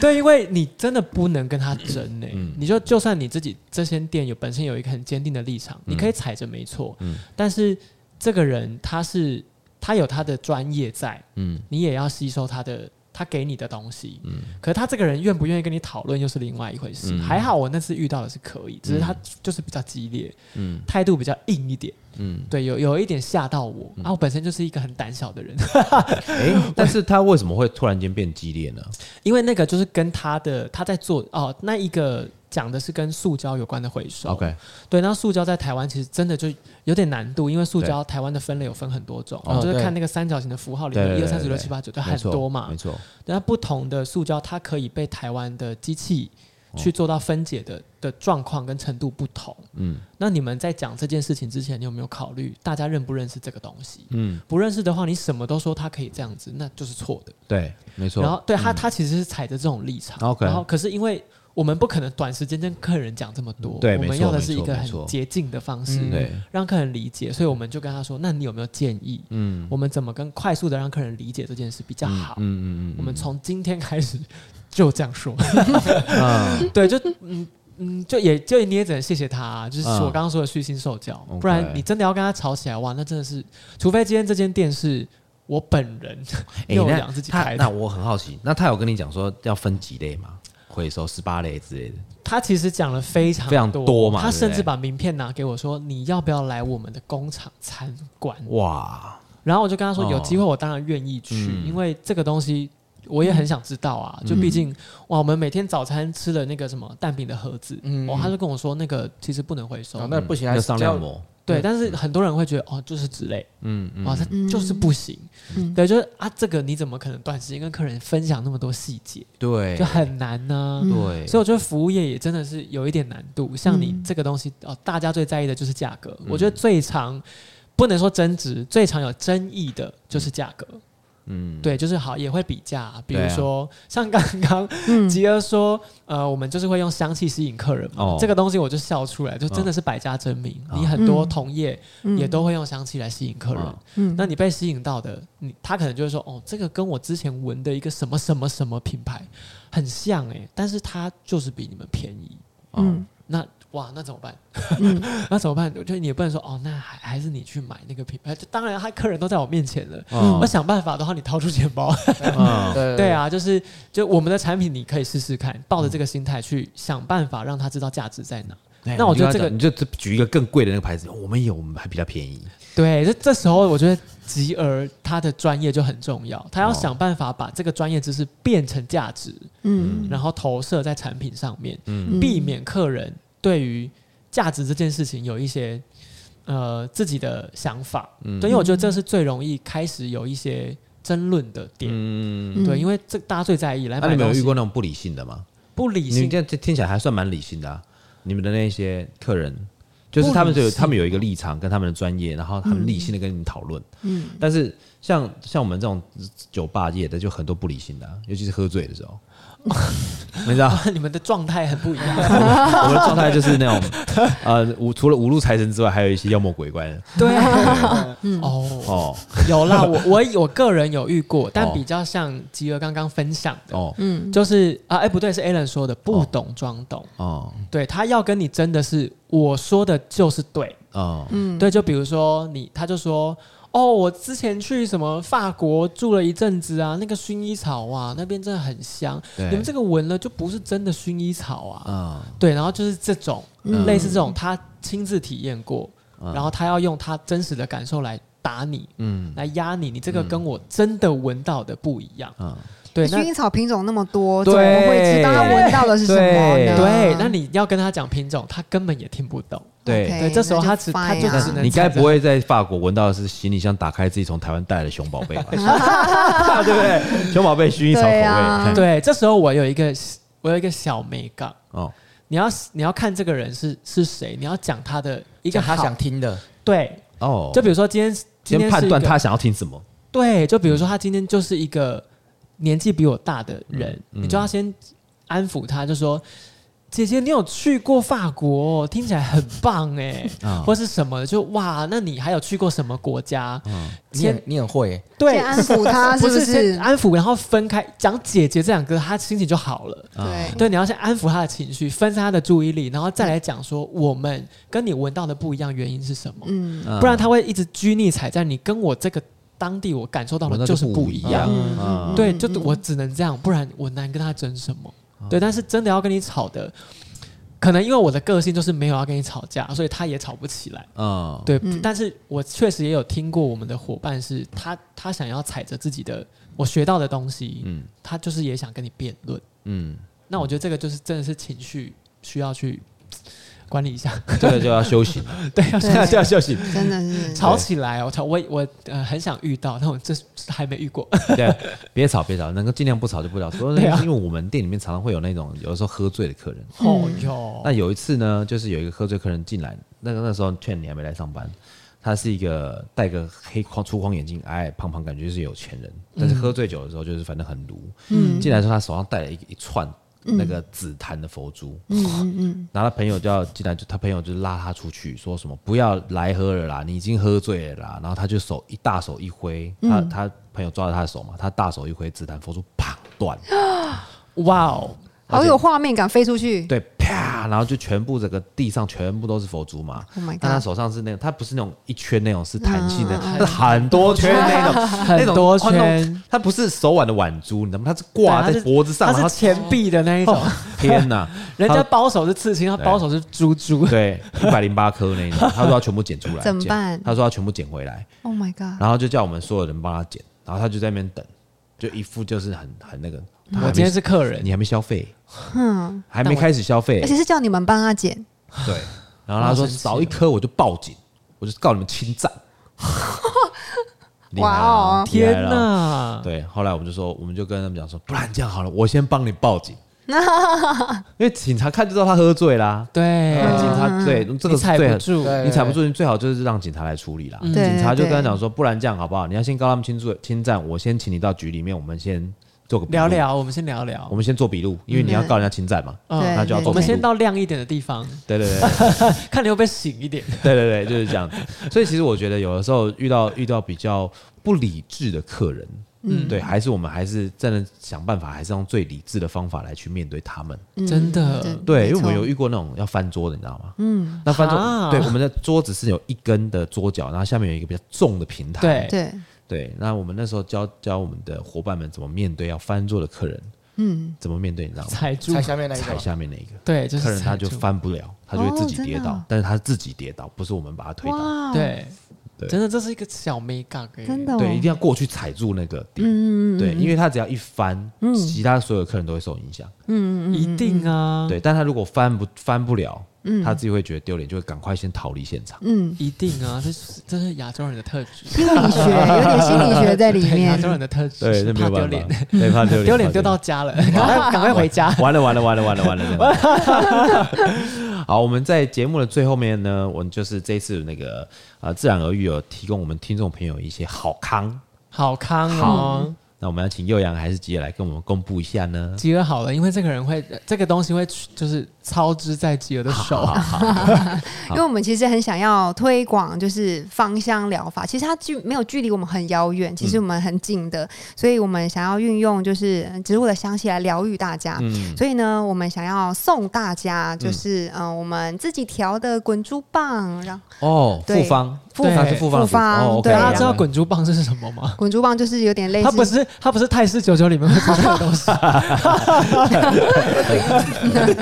Speaker 3: 对，因为你真的不能跟他争呢、
Speaker 2: 嗯
Speaker 3: 你就就算你自己这间店有本身有一个很坚定的立场，你可以踩着没错，
Speaker 2: 嗯
Speaker 3: 但是这个人他是他有他的专业在，
Speaker 2: 嗯
Speaker 3: 你也要吸收他的他给你的东西，可是他这个人愿不愿意跟你讨论又是另外一回事。
Speaker 2: 嗯
Speaker 3: 还好我那次遇到的是可以，只是他就是比较激烈，
Speaker 2: 嗯
Speaker 3: 态度比较硬一点，
Speaker 2: 嗯，
Speaker 3: 对，有有一点吓到我、啊！我本身就是一个很胆小的人，
Speaker 2: 哎、 但是他为什么会突然间变激烈呢？
Speaker 3: 因为那个就是跟他的他在做哦，那一个讲的是跟塑胶有关的回收。
Speaker 2: OK，
Speaker 3: 对，那塑胶在台湾其实真的就有点难度，因为塑胶台湾的分类有分很多种，
Speaker 1: 哦
Speaker 3: 就是
Speaker 1: 对
Speaker 3: 看那个三角形的符号里
Speaker 2: 对
Speaker 3: 面
Speaker 2: 对
Speaker 3: 一
Speaker 2: 对
Speaker 3: 二三四
Speaker 2: 对
Speaker 3: 五六
Speaker 2: 对
Speaker 3: 七八九，就
Speaker 2: 没
Speaker 3: 很
Speaker 2: 错
Speaker 3: 多嘛
Speaker 2: 没。错，
Speaker 3: 那不同的塑胶，它可以被台湾的机器
Speaker 2: 哦
Speaker 3: 去做到分解的的状况跟程度不同。
Speaker 2: 嗯
Speaker 3: 那你们在讲这件事情之前，你有没有考虑大家认不认识这个东西？
Speaker 2: 嗯，
Speaker 3: 不认识的话，你什么都说它可以这样子，那就是错的。
Speaker 2: 对，没错。嗯
Speaker 3: 然后对他，他其实是踩着这种立场。
Speaker 2: OK
Speaker 3: 然后可是因为我们不可能短时间跟客人讲这么多，
Speaker 2: 嗯对
Speaker 3: 我
Speaker 2: 没
Speaker 3: 们
Speaker 2: 错
Speaker 3: 要的
Speaker 2: 没
Speaker 3: 是一
Speaker 2: 错
Speaker 3: 个
Speaker 2: 没
Speaker 3: 很
Speaker 2: 错
Speaker 3: 捷径的方式，
Speaker 1: 嗯
Speaker 2: 对，
Speaker 3: 让客人理解。所以我们就跟他说：“那你有没有建议？
Speaker 2: 嗯
Speaker 3: 我们怎么跟快速的让客人理解这件事比较好？”
Speaker 2: 嗯嗯嗯，
Speaker 3: 我们从今天开始 就这样说，
Speaker 2: 嗯
Speaker 3: 对，就嗯。嗯，就也就你也只能谢谢他、啊就是
Speaker 2: 嗯
Speaker 3: 我刚刚说的虚心受教，
Speaker 2: OK
Speaker 3: 不然你真的要跟他吵起来哇，那真的是，除非今天这间店是我本人
Speaker 2: 哎
Speaker 3: 又
Speaker 2: 那
Speaker 3: 养自己
Speaker 2: 他
Speaker 3: 开的
Speaker 2: 那，我很好奇，那他有跟你讲说要分几类吗？回收十八类之类的，
Speaker 3: 他其实讲了非常
Speaker 2: 非常多嘛
Speaker 3: 他
Speaker 2: 对不
Speaker 3: 甚至
Speaker 2: 对
Speaker 3: 把名片拿给我说：“你要不要来我们的工厂参观
Speaker 2: 哦哇，？”
Speaker 3: 然后我就跟他说：“
Speaker 2: 哦
Speaker 3: 有机会我当然愿意去，
Speaker 2: 嗯
Speaker 3: 因为这个东西我也很想知道啊。就毕竟哇，我们每天早餐吃的那个什么蛋饼的盒子，
Speaker 1: 嗯
Speaker 3: 哦，他就跟我说那个其实不能回收，
Speaker 1: 哦那不行，还
Speaker 2: 要
Speaker 1: 是
Speaker 2: 上量模，
Speaker 3: 对，但是很多人会觉得哦，就是纸类，
Speaker 2: 嗯嗯
Speaker 3: 哦，它就是不行，
Speaker 4: 嗯
Speaker 3: 对，就是啊，这个你怎么可能短时间跟客人分享那么多细节，
Speaker 2: 对
Speaker 3: 就很难呢、
Speaker 4: 嗯
Speaker 2: 对，
Speaker 3: 所以我觉得服务业也真的是有一点难度。像你
Speaker 4: 嗯
Speaker 3: 这个东西哦，大家最在意的就是价格。
Speaker 2: 嗯
Speaker 3: 我觉得最常不能说争执，最常有争议的就是价格。
Speaker 2: 嗯
Speaker 3: 对，就是好也会比价，比
Speaker 2: 对
Speaker 3: 如
Speaker 2: 啊
Speaker 3: 说、像刚刚
Speaker 4: 嗯
Speaker 3: 吉儿说，呃，我们就是会用香气吸引客人嘛。
Speaker 2: 哦
Speaker 3: 这个东西我就笑出来，就真的是百家争鸣。
Speaker 2: 哦
Speaker 3: 你很多同业
Speaker 4: 哦嗯
Speaker 3: 也都会用香气来吸引客人。
Speaker 2: 哦
Speaker 4: 嗯
Speaker 3: 那你被吸引到的，你他可能就会说，哦，这个跟我之前闻的一个什么什么什么品牌很像诶、但是它就是比你们便宜，
Speaker 4: 嗯
Speaker 3: 那哇，那怎么办？
Speaker 4: 嗯
Speaker 3: 那怎么办？就你也不能说哦，那还还是你去买那个品牌，就当然他客人都在我面前了，
Speaker 2: 哦
Speaker 3: 我想办法的话，你掏出钱包，
Speaker 2: 嗯
Speaker 1: 对
Speaker 3: 对，啊，就是就我们的产品你可以试试看，抱着这个心态去想办法让他知道价值在哪。
Speaker 2: 哎
Speaker 3: 那我
Speaker 2: 你
Speaker 3: 觉
Speaker 2: 跟
Speaker 3: 得这
Speaker 2: 他
Speaker 3: 个
Speaker 2: 讲你就举一个更贵的那个牌子，我们有，我们还比较便宜，
Speaker 3: 对，这这时候我觉得吉儿他的专业就很重要，他要
Speaker 2: 哦
Speaker 3: 想办法把这个专业知识变成价值，
Speaker 4: 嗯
Speaker 3: 然后投射在产品上面，
Speaker 2: 嗯
Speaker 3: 避免客人对于价值这件事情有一些呃自己的想法。
Speaker 2: 嗯
Speaker 3: 对，因为我觉得这是最容易开始有一些争论的点。
Speaker 2: 嗯，
Speaker 4: 嗯
Speaker 3: 对，因为这大家最在意来
Speaker 2: 那
Speaker 3: 买
Speaker 2: 你们
Speaker 3: 东
Speaker 2: 有遇
Speaker 3: 西
Speaker 2: 过那种不理性的吗？
Speaker 3: 不理
Speaker 2: 你们
Speaker 3: 性
Speaker 2: 这样听起来还算蛮理性的啊。你们的那些客人，就是他们
Speaker 3: 不
Speaker 2: 就
Speaker 3: 理
Speaker 2: 有
Speaker 3: 性
Speaker 2: 他们有一个立场跟他们的专业，然后很理性的跟你们讨论。
Speaker 4: 嗯
Speaker 2: 但是像像我们这种酒吧业的，就很多不理性的啊、尤其是喝醉的 时候，你知道，
Speaker 3: 你们的状态很不一 样。
Speaker 2: 我们的状态就是那种呃，无除了五路财神之外，还有一些妖魔鬼怪的
Speaker 3: 对，哦，
Speaker 2: 哦
Speaker 3: 有啦，我我我个人有遇过，但
Speaker 2: 哦
Speaker 3: 比较像吉儿刚刚分享的，
Speaker 2: 哦
Speaker 4: 嗯
Speaker 3: 就是啊，哎、不对，是 Alan 说的，不懂装懂。
Speaker 2: 哦
Speaker 3: 对他要跟你真的是我说的就是对，
Speaker 2: 哦，
Speaker 4: 嗯
Speaker 3: 对，就比如说你，他就说。哦，我之前去什么法国住了一阵子啊，那个薰衣草啊，那边真的很香。
Speaker 2: 对，
Speaker 3: 你们这个闻了就不是真的薰衣草啊，
Speaker 2: 啊
Speaker 3: 对，然后就是这种、
Speaker 4: 嗯
Speaker 3: 类似这种，他亲自体验过，
Speaker 2: 嗯
Speaker 3: 然后他要用他真实的感受来打你，
Speaker 2: 嗯
Speaker 3: 来压你，你这个跟我真的闻到的不一样。
Speaker 2: 啊
Speaker 3: 对，那
Speaker 4: 薰衣草品种那么多，
Speaker 2: 对
Speaker 4: 怎么会知道它闻到的是什么呢？
Speaker 3: 对，那你要跟他讲品种，他根本也听不懂。
Speaker 2: 对
Speaker 4: OK，
Speaker 3: 对，这时候
Speaker 4: 那就
Speaker 3: 他只他
Speaker 4: fine
Speaker 3: 就
Speaker 4: 啊
Speaker 3: 只能
Speaker 2: 你该
Speaker 3: 踩着
Speaker 2: 不会在法国闻到的是行李箱打开自己从台湾带来的熊宝贝吧？对不对？熊宝贝薰衣草口
Speaker 4: 对啊
Speaker 2: 味，对
Speaker 3: 对？这时候我有一个我有一个小美感，
Speaker 2: 哦，
Speaker 3: 你要你要看这个人是是谁，你要讲他的一
Speaker 1: 一
Speaker 3: 个
Speaker 1: 个他
Speaker 3: 好
Speaker 1: 想听的，
Speaker 3: 对，
Speaker 2: 哦，
Speaker 3: 就比如说今天
Speaker 2: 先
Speaker 3: 今天是
Speaker 2: 判
Speaker 3: 一
Speaker 2: 断
Speaker 3: 个
Speaker 2: 他想要听什么。
Speaker 3: 对，就比如说他今天就是一个年纪比我大的人，
Speaker 2: 嗯嗯
Speaker 3: 你就要先安抚他，就说。姐姐，你有去过法国、哦？听起来很棒哎、
Speaker 2: 啊
Speaker 3: 或是什么的，就哇，那你还有去过什么国家？
Speaker 2: 嗯
Speaker 1: 你
Speaker 3: 先
Speaker 1: 很你很会耶，
Speaker 3: 对
Speaker 4: 先，安抚他是
Speaker 3: 不是
Speaker 4: 是
Speaker 3: 先？
Speaker 2: 啊
Speaker 3: 安抚，然后分开讲姐姐这两个，他心情就好了。
Speaker 4: 对
Speaker 2: 嗯
Speaker 3: 对，你要先安抚他的情绪，分散他的注意力，然后再来讲说我们跟你闻到的不一样，原因是什么？
Speaker 4: 嗯
Speaker 2: 嗯
Speaker 3: 不然他会一直拘泥踩在你跟我这个当地我感受到
Speaker 2: 闻
Speaker 3: 的
Speaker 2: 到
Speaker 3: 就是
Speaker 2: 不
Speaker 3: 不一
Speaker 2: 一
Speaker 3: 样
Speaker 2: 样。
Speaker 4: 嗯
Speaker 2: 啊
Speaker 4: 嗯
Speaker 3: 对，就我只能这样，不然我难跟他争什么。对，但是真的要跟你吵的，可能因为我的个性就是没有要跟你吵架，所以他也吵不起来。
Speaker 2: 嗯，
Speaker 3: 对，
Speaker 4: 嗯
Speaker 3: 但是我确实也有听过我们的伙伴是他，他想要踩着自己的我学到的东西，
Speaker 2: 嗯
Speaker 3: 他就是也想跟你辩论。
Speaker 2: 嗯，
Speaker 3: 那我觉得这个就是真的是情绪需要去管理一下，
Speaker 2: 这个就 要修行了，
Speaker 3: 对，要
Speaker 4: 对
Speaker 2: 这个 就要修行。
Speaker 4: 真的是
Speaker 3: 吵起来哦，吵我我呃很想遇到，但我这还没遇过。
Speaker 2: 对，别吵别吵，能够尽量不吵就不吵。说
Speaker 3: 对啊
Speaker 2: 因为我们店里面常常会有那种有的时候喝醉的客人，
Speaker 3: 哦哟，
Speaker 2: 那有一次呢，就是有一个喝醉客人进来，那个那时候劝你还没来上班，他是一个戴个黑框粗框眼镜，矮矮胖胖，感觉是有钱人，但是喝醉酒的时候就是反正很毒。
Speaker 4: 嗯
Speaker 2: 进来的时候他手上戴了一一串那个紫檀的佛珠，
Speaker 4: 嗯嗯嗯
Speaker 2: 然后他朋友就要进来，就他朋友就拉他出去，说什么不要来喝了啦，你已经喝醉了啦。然后他就手一大手一挥，
Speaker 4: 嗯
Speaker 2: 他、他朋友抓着他的手嘛，他大手一挥，紫檀佛珠啪断，
Speaker 3: 哇哦，
Speaker 4: 好有画面感，飞出去。
Speaker 2: 对，啪，然后就全部整个地上全部都是佛珠嘛。
Speaker 4: Oh my
Speaker 2: 但他
Speaker 4: god！
Speaker 2: 手上是那种，他不是那种一圈那种，是弹性的，
Speaker 4: 嗯啊
Speaker 2: 它是很多 圈那种， 那
Speaker 3: 很
Speaker 2: 种
Speaker 3: 多
Speaker 2: 哦那种
Speaker 3: 圈，
Speaker 2: 它不是手腕的腕珠，你知道吗？它是
Speaker 4: 啊
Speaker 2: 挂在脖子上，然
Speaker 3: 它
Speaker 2: 后
Speaker 3: 是钱币的那一种，
Speaker 2: 哦 天 哪，
Speaker 3: 人家包手是刺青，他包手是珠珠。
Speaker 2: 对一百零八颗那种，他说要全部捡出来，
Speaker 4: 怎么
Speaker 2: 捡
Speaker 4: 办
Speaker 2: 他说要全部捡回来，
Speaker 4: Oh my god！
Speaker 2: 然后就叫我们所有人帮他捡，然后他就在那边等，就一副就是很很那个，他还
Speaker 3: 我
Speaker 2: 没
Speaker 3: 今天是客人
Speaker 2: 你，还没消费，
Speaker 4: 哼，
Speaker 2: 还没开始消费
Speaker 4: 而，且是叫你们帮 他剪，
Speaker 2: 对，然后他说
Speaker 3: 好神奇哦
Speaker 2: 少一颗我就报警，我就告你们侵占。厉害
Speaker 4: 哇
Speaker 2: 了
Speaker 4: 哦
Speaker 2: 厉害
Speaker 3: 天
Speaker 2: 了
Speaker 3: 哪！
Speaker 2: 对，后来我们就说，我们就跟他们讲说，不然这样好了，我先帮你报警，因为警察看就知道他喝醉啦。
Speaker 3: 对，
Speaker 2: 警察对这个
Speaker 3: 嗯你
Speaker 2: 是
Speaker 3: 踩
Speaker 2: 最
Speaker 3: 不
Speaker 2: 很
Speaker 3: 住，
Speaker 1: 对
Speaker 2: 你踩不住，你最好就是让警察来处理啦。
Speaker 4: 对
Speaker 2: 警察就
Speaker 4: 对
Speaker 2: 跟他讲说，不然这样好不好？你要先告他们侵住侵占，我先请你到局里面，我们先做个笔录
Speaker 3: 聊，聊，我们先聊聊
Speaker 2: 我。们先做笔录，因为你要
Speaker 4: 嗯
Speaker 2: 告人家侵占嘛。
Speaker 3: 嗯
Speaker 4: 对
Speaker 2: 那就要
Speaker 4: 对
Speaker 2: 做
Speaker 3: 我们
Speaker 2: 笔
Speaker 3: 先
Speaker 2: 录
Speaker 3: 到亮一点的地方，
Speaker 2: 对对对，
Speaker 3: 看你会不会醒 一点。
Speaker 2: 对对对，就是这样子。所以其实我觉得有的时候遇到遇到比较不理智的客人，嗯，对，还是我们还是真的想办法，还是用最理智的方法来去面对他们。
Speaker 4: 嗯
Speaker 3: 真的
Speaker 2: 对，因为我们有
Speaker 4: 没错
Speaker 2: 遇过那种要翻桌的，你知道吗？嗯，那翻桌，
Speaker 3: 啊
Speaker 2: 对，我们的桌子是有一根的桌角，然后下面有一个比较重的平台。
Speaker 3: 对
Speaker 4: 对，
Speaker 2: 对，那我们那时候教教我们的伙伴们怎么面对要翻桌的客人，
Speaker 4: 嗯，
Speaker 2: 怎么面对，你知道吗？
Speaker 3: 踩住
Speaker 1: 踩，下面那一个
Speaker 2: 踩
Speaker 1: 嘛，
Speaker 2: 下面那一个。
Speaker 3: 对，就是
Speaker 2: 客人他
Speaker 3: 踩
Speaker 2: 就
Speaker 3: 住，
Speaker 2: 翻不了，他就会自己跌倒，
Speaker 4: 哦真的
Speaker 3: 啊
Speaker 4: 哦
Speaker 2: 但是他自己跌倒，不是我们把他推倒。
Speaker 4: 哇，，
Speaker 3: 对
Speaker 2: 对，
Speaker 3: 真的这是一个小美感，
Speaker 4: 哦
Speaker 3: 欸
Speaker 4: 真的哦
Speaker 2: 对，一定要过去踩住那个点。
Speaker 4: 嗯，嗯嗯，
Speaker 2: 对，因为他只要一翻，
Speaker 3: 嗯
Speaker 2: 其他所有客人都会受影响。
Speaker 4: 嗯
Speaker 3: 一定啊，
Speaker 2: 对，但他如果翻不翻不了，
Speaker 3: 嗯
Speaker 2: 他自己会觉得丢脸，就会赶快先逃离现场。
Speaker 4: 嗯，
Speaker 3: 一定啊，这是这是亚洲人的 特质，
Speaker 4: 心理学有点心理学在里
Speaker 3: 对亚
Speaker 4: 面，
Speaker 3: 洲人的特质
Speaker 2: 对，
Speaker 3: 是
Speaker 2: 那没
Speaker 3: 怕
Speaker 2: 有
Speaker 3: 丢
Speaker 2: 办
Speaker 3: 脸，
Speaker 2: 法，对，怕丢脸，
Speaker 3: 丢脸
Speaker 2: 怕
Speaker 3: 丢到家了，赶快赶快回家。
Speaker 2: 完了完了完了完了完了完了。 好，我们在节目的最后面呢，我们就是这一次那个呃自然而愈有提供我们听众朋友一些好康，
Speaker 3: 好康哦，
Speaker 2: 那我们要请幼阳还是吉野来跟我们公布一下呢？
Speaker 3: 吉尔好了，因为这个人会这个东西会就是操之在吉尔的手，
Speaker 4: 因为我们其实很想要推广，就是芳香疗法。其实它距没有距离我们很遥
Speaker 2: 嗯
Speaker 4: 远，其实我们很近的，所以我们想要运用就是呃植物的香气来疗愈大家。
Speaker 2: 嗯，
Speaker 4: 所以呢，我们想要送大家就是嗯、呃我们自己调的滚珠棒，然后
Speaker 2: 哦，复
Speaker 4: 对
Speaker 2: 方，
Speaker 4: 复
Speaker 2: 它
Speaker 3: 方
Speaker 2: 是复方的
Speaker 4: 复方
Speaker 2: 哦，OK，
Speaker 4: 对
Speaker 3: 大
Speaker 4: 啊
Speaker 3: 家知道滚珠棒是什么吗？
Speaker 4: 滚珠棒就是有点类
Speaker 3: 它不
Speaker 4: 似，
Speaker 3: 是它不是泰式九九里面会出现的东 西，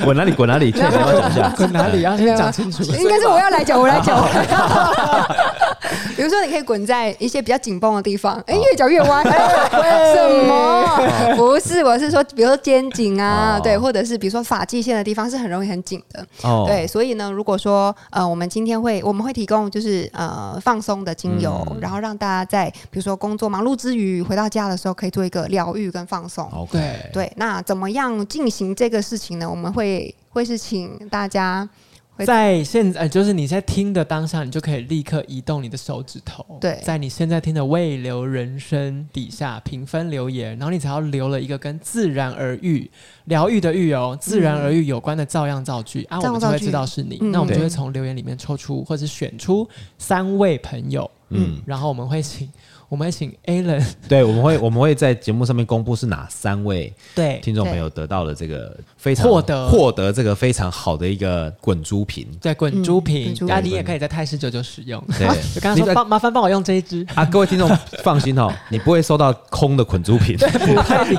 Speaker 2: 滚哪里滚哪里，确实要讲一 下，
Speaker 3: 滚哪里啊？先讲清 楚。
Speaker 4: 应该是我要来讲，我来讲。我来讲 比如说，你可以滚在一些比较紧绷的地方，哎、越脚越歪，哎什么？不是，我是说，比如说肩颈啊
Speaker 2: 哦，
Speaker 4: 对，或者是比如说发际线的地方是很容易很紧的。
Speaker 2: 哦，
Speaker 4: 对，，所以呢，如果说呃，我们今天会我们会提供就是呃放松的精油，然后让大家在比如说工作忙碌之余回到家的时候，可以做一个疗愈跟放松。
Speaker 2: OK，
Speaker 3: 对
Speaker 4: 对，那怎么样进行这个事情呢？我们会会是请大家会
Speaker 3: 在现在，呃就是你在听的当下，你就可以立刻移动你的手指头。
Speaker 4: 对
Speaker 3: 在你现在听的“未留人生”底下评分留言，然后你只要留了一个跟自然而愈、疗愈的愈哦，自然而愈有关的照样造句、啊，
Speaker 4: 嗯照
Speaker 3: 我
Speaker 4: 样
Speaker 3: 们
Speaker 4: 造
Speaker 3: 就
Speaker 4: 句
Speaker 3: 会知道是你。
Speaker 4: 嗯
Speaker 3: 那我们就
Speaker 2: 对
Speaker 3: 会从留言里面抽出或者选出三位朋友，
Speaker 2: 嗯
Speaker 3: 然后我们会请。我们还请 Alan
Speaker 2: 对，我们会我们会在节目上面公布是哪三位
Speaker 3: 对
Speaker 2: 听众朋友得到了这个非常
Speaker 3: 获得
Speaker 2: 获得这个非常好的一个滚珠瓶。
Speaker 3: 对滚珠
Speaker 4: 嗯滚
Speaker 3: 瓶
Speaker 4: 珠，
Speaker 3: 那、
Speaker 2: 瓶
Speaker 3: 你也可以在泰式九九使用。
Speaker 2: 对，
Speaker 3: 就刚刚
Speaker 2: 你在
Speaker 3: 说帮麻烦帮我用这一支，
Speaker 2: 啊，各位听众放心哦，你不会收到空的滚珠瓶，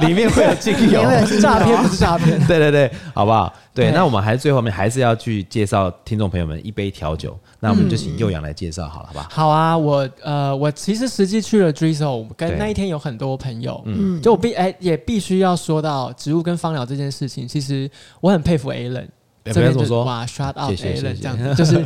Speaker 2: 里面会有精油
Speaker 4: 里面。会有精油
Speaker 3: 诈 骗不是诈骗。
Speaker 2: 对对对，好不好？对，
Speaker 3: 对
Speaker 2: 那我们还最后面还是要去介绍听众朋友们一杯调酒，那我们就请幼阳来介绍好了，好吧？
Speaker 3: 好啊，我呃，我其实实际去了 Drizzle，我
Speaker 2: 对
Speaker 3: 跟那一天有很多朋友，
Speaker 4: 嗯，
Speaker 3: 就我必哎、也必须要说到植物跟芳疗这件事情，其实我很佩服 Alan，
Speaker 2: 哎不
Speaker 3: 这
Speaker 2: 要
Speaker 3: 边
Speaker 2: 这么
Speaker 3: 就
Speaker 2: 说，
Speaker 3: 哇，shout out
Speaker 2: 谢谢
Speaker 3: Alan，
Speaker 2: 谢谢
Speaker 3: 这样子就是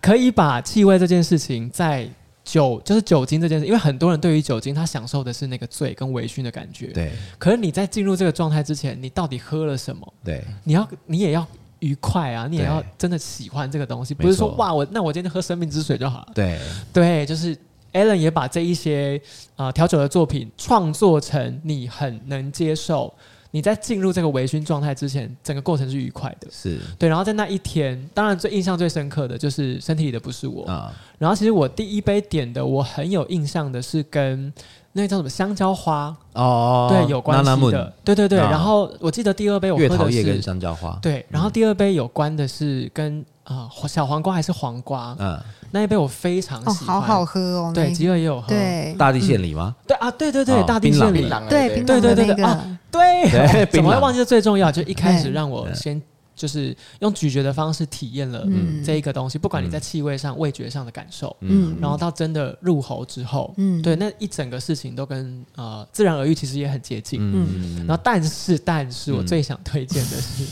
Speaker 3: 可以把气味这件事情在酒就是酒精这件事，因为很多人对于酒精他享受的是那个醉跟微醺的感觉，
Speaker 2: 对
Speaker 3: 可是你在进入这个状态之前，你到底喝了什么？
Speaker 2: 对
Speaker 3: 你要你也要愉快啊，你也
Speaker 2: 对
Speaker 3: 要真的喜欢这个东西，
Speaker 2: 没
Speaker 3: 不是说
Speaker 2: 错
Speaker 3: 哇我那我今天喝生命之水就好了。
Speaker 2: 对，
Speaker 3: 对，就是 Alan 也把这一些啊调酒的作品创作成你很能接受，你在进入这个微醺状态之前，整个过程是愉快的。
Speaker 2: 是
Speaker 3: 对，然后在那一天，当然最印象最深刻的就是身体里的不是我。
Speaker 2: 啊，
Speaker 3: 然后其实我第一杯点的，我很有印象的是跟那个叫什么香蕉花、
Speaker 2: 哦，
Speaker 3: 对有关
Speaker 2: 娜娜
Speaker 3: 系
Speaker 2: 木
Speaker 3: 的，对对对。
Speaker 2: 啊
Speaker 3: 然后我记得第二杯我
Speaker 2: 月
Speaker 3: 喝
Speaker 2: 桃
Speaker 3: 的
Speaker 2: 叶跟
Speaker 3: 是
Speaker 2: 香蕉花，
Speaker 3: 对，然后第二杯有关的是跟啊、小黄瓜还是黄瓜、
Speaker 2: 嗯，
Speaker 3: 那一杯我非常
Speaker 4: 哦，
Speaker 3: 喜
Speaker 4: 好
Speaker 3: 欢，
Speaker 4: 好喝哦，那
Speaker 3: 对，
Speaker 4: 一
Speaker 3: 吉尔也有喝，
Speaker 4: 对
Speaker 2: 大地县里吗？
Speaker 3: 对啊，对对
Speaker 2: 哦
Speaker 3: 对，大地
Speaker 2: 槟榔
Speaker 3: 县
Speaker 1: 槟
Speaker 3: 里，
Speaker 1: 榔
Speaker 4: 对，冰
Speaker 3: 对
Speaker 4: 糖的
Speaker 3: 对对
Speaker 4: 那
Speaker 3: 对
Speaker 4: 个
Speaker 3: 啊，对，
Speaker 2: 对，
Speaker 3: 怎
Speaker 2: 槟
Speaker 3: 么会
Speaker 2: 榔
Speaker 3: 忘记最重要？就一开始
Speaker 4: 对
Speaker 3: 让我先就是用咀嚼的方式体验了
Speaker 4: 嗯
Speaker 3: 这一个东西，不管你在气味上、味觉上的感受，
Speaker 2: 嗯
Speaker 3: 然后到真的入喉之后，
Speaker 4: 嗯
Speaker 3: 对，那一整个事情都跟呃自然而愈其实也很接近。
Speaker 2: 嗯，
Speaker 3: 然后，但是，但是我
Speaker 2: 嗯
Speaker 3: 最想推荐的 是，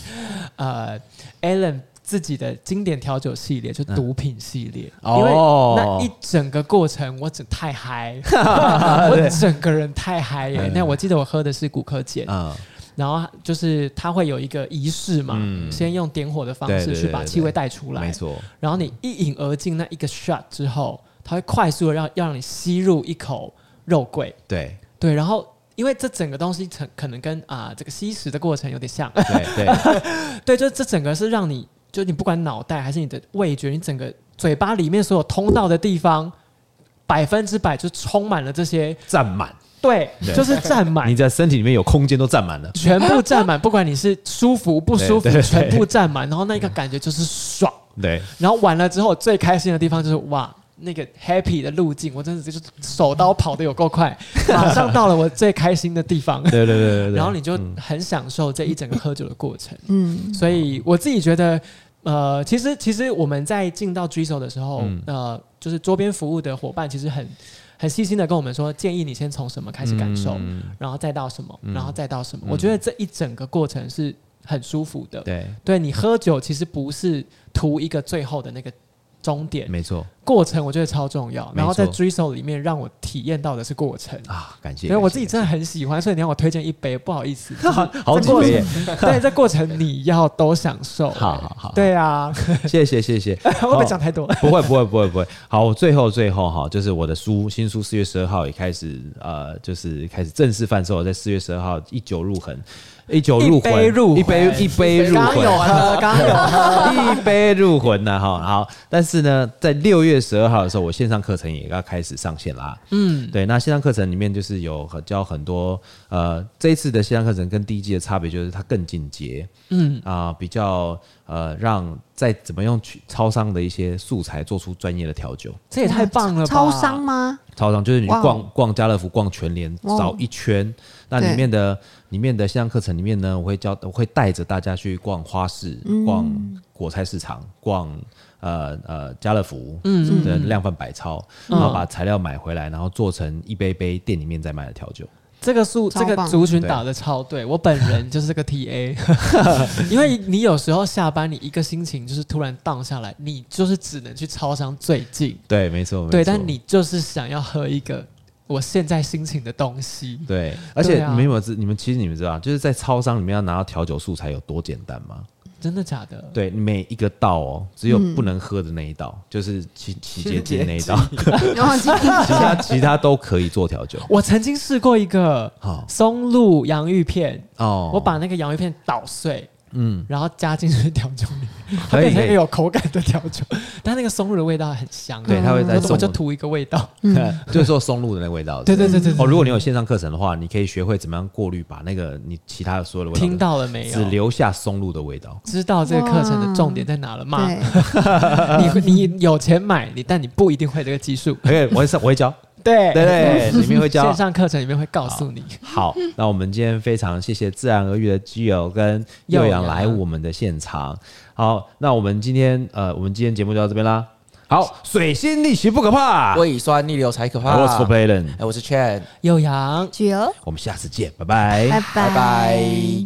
Speaker 3: 呃，Alan 自己的经典调酒系列，就毒品系列，因为
Speaker 2: 嗯哦
Speaker 3: 那一整个过程我整 太嗨， 我整个人太嗨耶、
Speaker 2: 嗯
Speaker 3: 那我记得我喝的是骨科碱，
Speaker 2: 嗯
Speaker 3: 然后就是它会有一个仪式嘛，
Speaker 2: 嗯
Speaker 3: 先用点火的方
Speaker 2: 对
Speaker 3: 式
Speaker 2: 对
Speaker 3: 去把
Speaker 2: 对
Speaker 3: 气味带出来，
Speaker 2: 没错，
Speaker 3: 然后你一饮而尽那一个 shot 之后，它会快速的让要让你吸入一口肉桂，
Speaker 2: 对
Speaker 3: 对，然后。因为这整个东西可可能跟啊、这个吸食的过程有点像，
Speaker 2: 对对，
Speaker 3: 对，就这整个是让你，就你不管脑袋还是你的味觉，你整个嘴巴里面所有通道的地方，百分之百就充满了这些，
Speaker 2: 占满，
Speaker 3: 对，
Speaker 2: 对
Speaker 3: 就是占 满
Speaker 2: 你，在身体里面有空间都占满了，
Speaker 3: 全部占满，不管你是舒服不舒服
Speaker 2: 对对对，
Speaker 3: 全部占满，然后那个感觉就是爽，
Speaker 2: 对，
Speaker 3: 然后完了之后最开心的地方就是哇。那个 happy 的路径，我真的就是手刀跑得有够快，马上到了我最开心的地方，
Speaker 2: 对对对对对，嗯
Speaker 3: 然后你就很享受这一整个喝酒的过程。
Speaker 4: 嗯，
Speaker 3: 所以我自己觉得，呃，其实其实我们在进到 Drizzle 的时候，
Speaker 2: 嗯
Speaker 3: 呃，就是桌边服务的伙伴其实很很细心的跟我们说，建议你先从什么开始感受，
Speaker 2: 嗯
Speaker 3: 然后再到什么，
Speaker 2: 嗯
Speaker 3: 然后再到什么。
Speaker 2: 嗯
Speaker 3: 我觉得这一整个过程是很舒服的。
Speaker 2: 对，
Speaker 3: 对你喝酒其实不是图一个最后的那个终点，
Speaker 2: 没错
Speaker 3: 过程我觉得超重要。
Speaker 2: 嗯错
Speaker 3: 然后在 Drizzle 里面让我体验到的是过程。
Speaker 2: 啊，感谢，
Speaker 3: 因为我自己
Speaker 2: 感谢
Speaker 3: 真的很喜欢，所以你让我推荐一杯，不好意思，
Speaker 2: 好几杯耶，
Speaker 3: 对，这过程你要都享受。
Speaker 2: 好好好，
Speaker 3: 对 啊，
Speaker 2: 谢谢谢谢，
Speaker 3: 会不会讲太多？
Speaker 2: 不会不会不会不会。好，我最后最后哈，就是我的书新书四月十二号也开始呃，就是开始正式贩售了，在四月十二号一酒入魂，一酒入魂，
Speaker 3: 一杯入
Speaker 2: 一杯
Speaker 3: 魂
Speaker 2: 一杯入
Speaker 3: 刚
Speaker 2: 魂
Speaker 3: 有。喝，刚有喝。
Speaker 2: 一杯入魂呐、哈，好，但是呢，在六月十二号的时候，我线上课程也要开始上线啦。
Speaker 3: 嗯，
Speaker 2: 对，那线上课程里面就是有很教很多，呃，这一次的线上课程跟第一季的差别就是它更进阶，
Speaker 3: 嗯
Speaker 2: 啊、比较呃，让在怎么用去超商的一些素材做出专业的调酒。
Speaker 3: 这也太棒了吧！
Speaker 4: 超商吗？
Speaker 2: 超商就是你去
Speaker 4: 哇哦
Speaker 2: 逛逛家乐福、逛全联，
Speaker 4: 哇哦
Speaker 2: 找一圈。那
Speaker 4: 对
Speaker 2: 里面的里面的线上课程里面呢，我会教，我会带着大家去逛花市、
Speaker 4: 嗯
Speaker 2: 逛果菜市场、逛呃呃家乐福
Speaker 3: 嗯
Speaker 2: 的量贩百超，
Speaker 3: 嗯
Speaker 2: 然后把材料买回来，然后做成一杯杯店里面在卖的调酒。
Speaker 3: 这个数
Speaker 4: 超
Speaker 3: 这个
Speaker 4: 棒
Speaker 3: 族群打的超对，我本 人就是这个 TA，因为你有时候下班，你一个心情就是突然 down 下来，你就是只能去超商最近，
Speaker 2: 对，没错，没
Speaker 3: 对，
Speaker 2: 错
Speaker 3: 但你就是想要喝一个我现在心情的东西，
Speaker 2: 对，而且
Speaker 3: 对啊
Speaker 2: 你们有没有知？你们其实你们知道，就是在超商里面要拿到调酒素材有多简单
Speaker 3: 嗯
Speaker 2: 吗？
Speaker 3: 真的假的？
Speaker 2: 对，每一个道哦，只有
Speaker 4: 嗯
Speaker 2: 不能喝的那一道，就是起起结剂那一道，
Speaker 4: 然后今天
Speaker 2: 其他其他都可以做调酒。
Speaker 3: 我曾经试过一个
Speaker 2: 好
Speaker 3: 松露洋芋片，
Speaker 2: 哦，
Speaker 3: 我把那个洋芋片捣碎，
Speaker 2: 嗯
Speaker 3: 然后加进去调酒里面， 它
Speaker 2: 可以可
Speaker 3: 变成一个
Speaker 2: 以，
Speaker 3: 有口感的调酒，但那个松露的味道很香。
Speaker 2: 对，它会在
Speaker 3: 我怎
Speaker 2: 松
Speaker 3: 么就
Speaker 2: 露，
Speaker 3: 图一个味道？
Speaker 2: 就是说松露的那个味道。
Speaker 3: 嗯对
Speaker 2: 是不
Speaker 3: 对
Speaker 2: 是
Speaker 3: 对对对
Speaker 2: 哦，如果你有线上课程的话，你可以学会怎么样过滤，把那个你其他的所有的味道
Speaker 3: 听到了没
Speaker 2: 只
Speaker 3: 有？
Speaker 2: 留下松露的味道。
Speaker 3: 知道这个课程的重点在哪了吗？
Speaker 4: 对，
Speaker 3: 你你有钱买你，但你不一定会这个技术。
Speaker 2: OK，我会上我会教，
Speaker 3: 对
Speaker 2: 对 对，里面会教
Speaker 3: 线。上课程里面会告诉你。
Speaker 2: 好，那我们今天非常谢谢自然而愈的基友跟幼阳来我们的现场。好，那我们今天呃，我们今天节目就到这边啦。好，水星逆袭不可怕，
Speaker 1: 胃酸逆流才可怕。
Speaker 2: 我是 p a l e n
Speaker 1: 哎，我是 Chan，
Speaker 3: 幼阳，
Speaker 4: 举哦，
Speaker 3: 哎
Speaker 2: 我们下次见，拜拜。
Speaker 4: 拜
Speaker 1: 拜拜。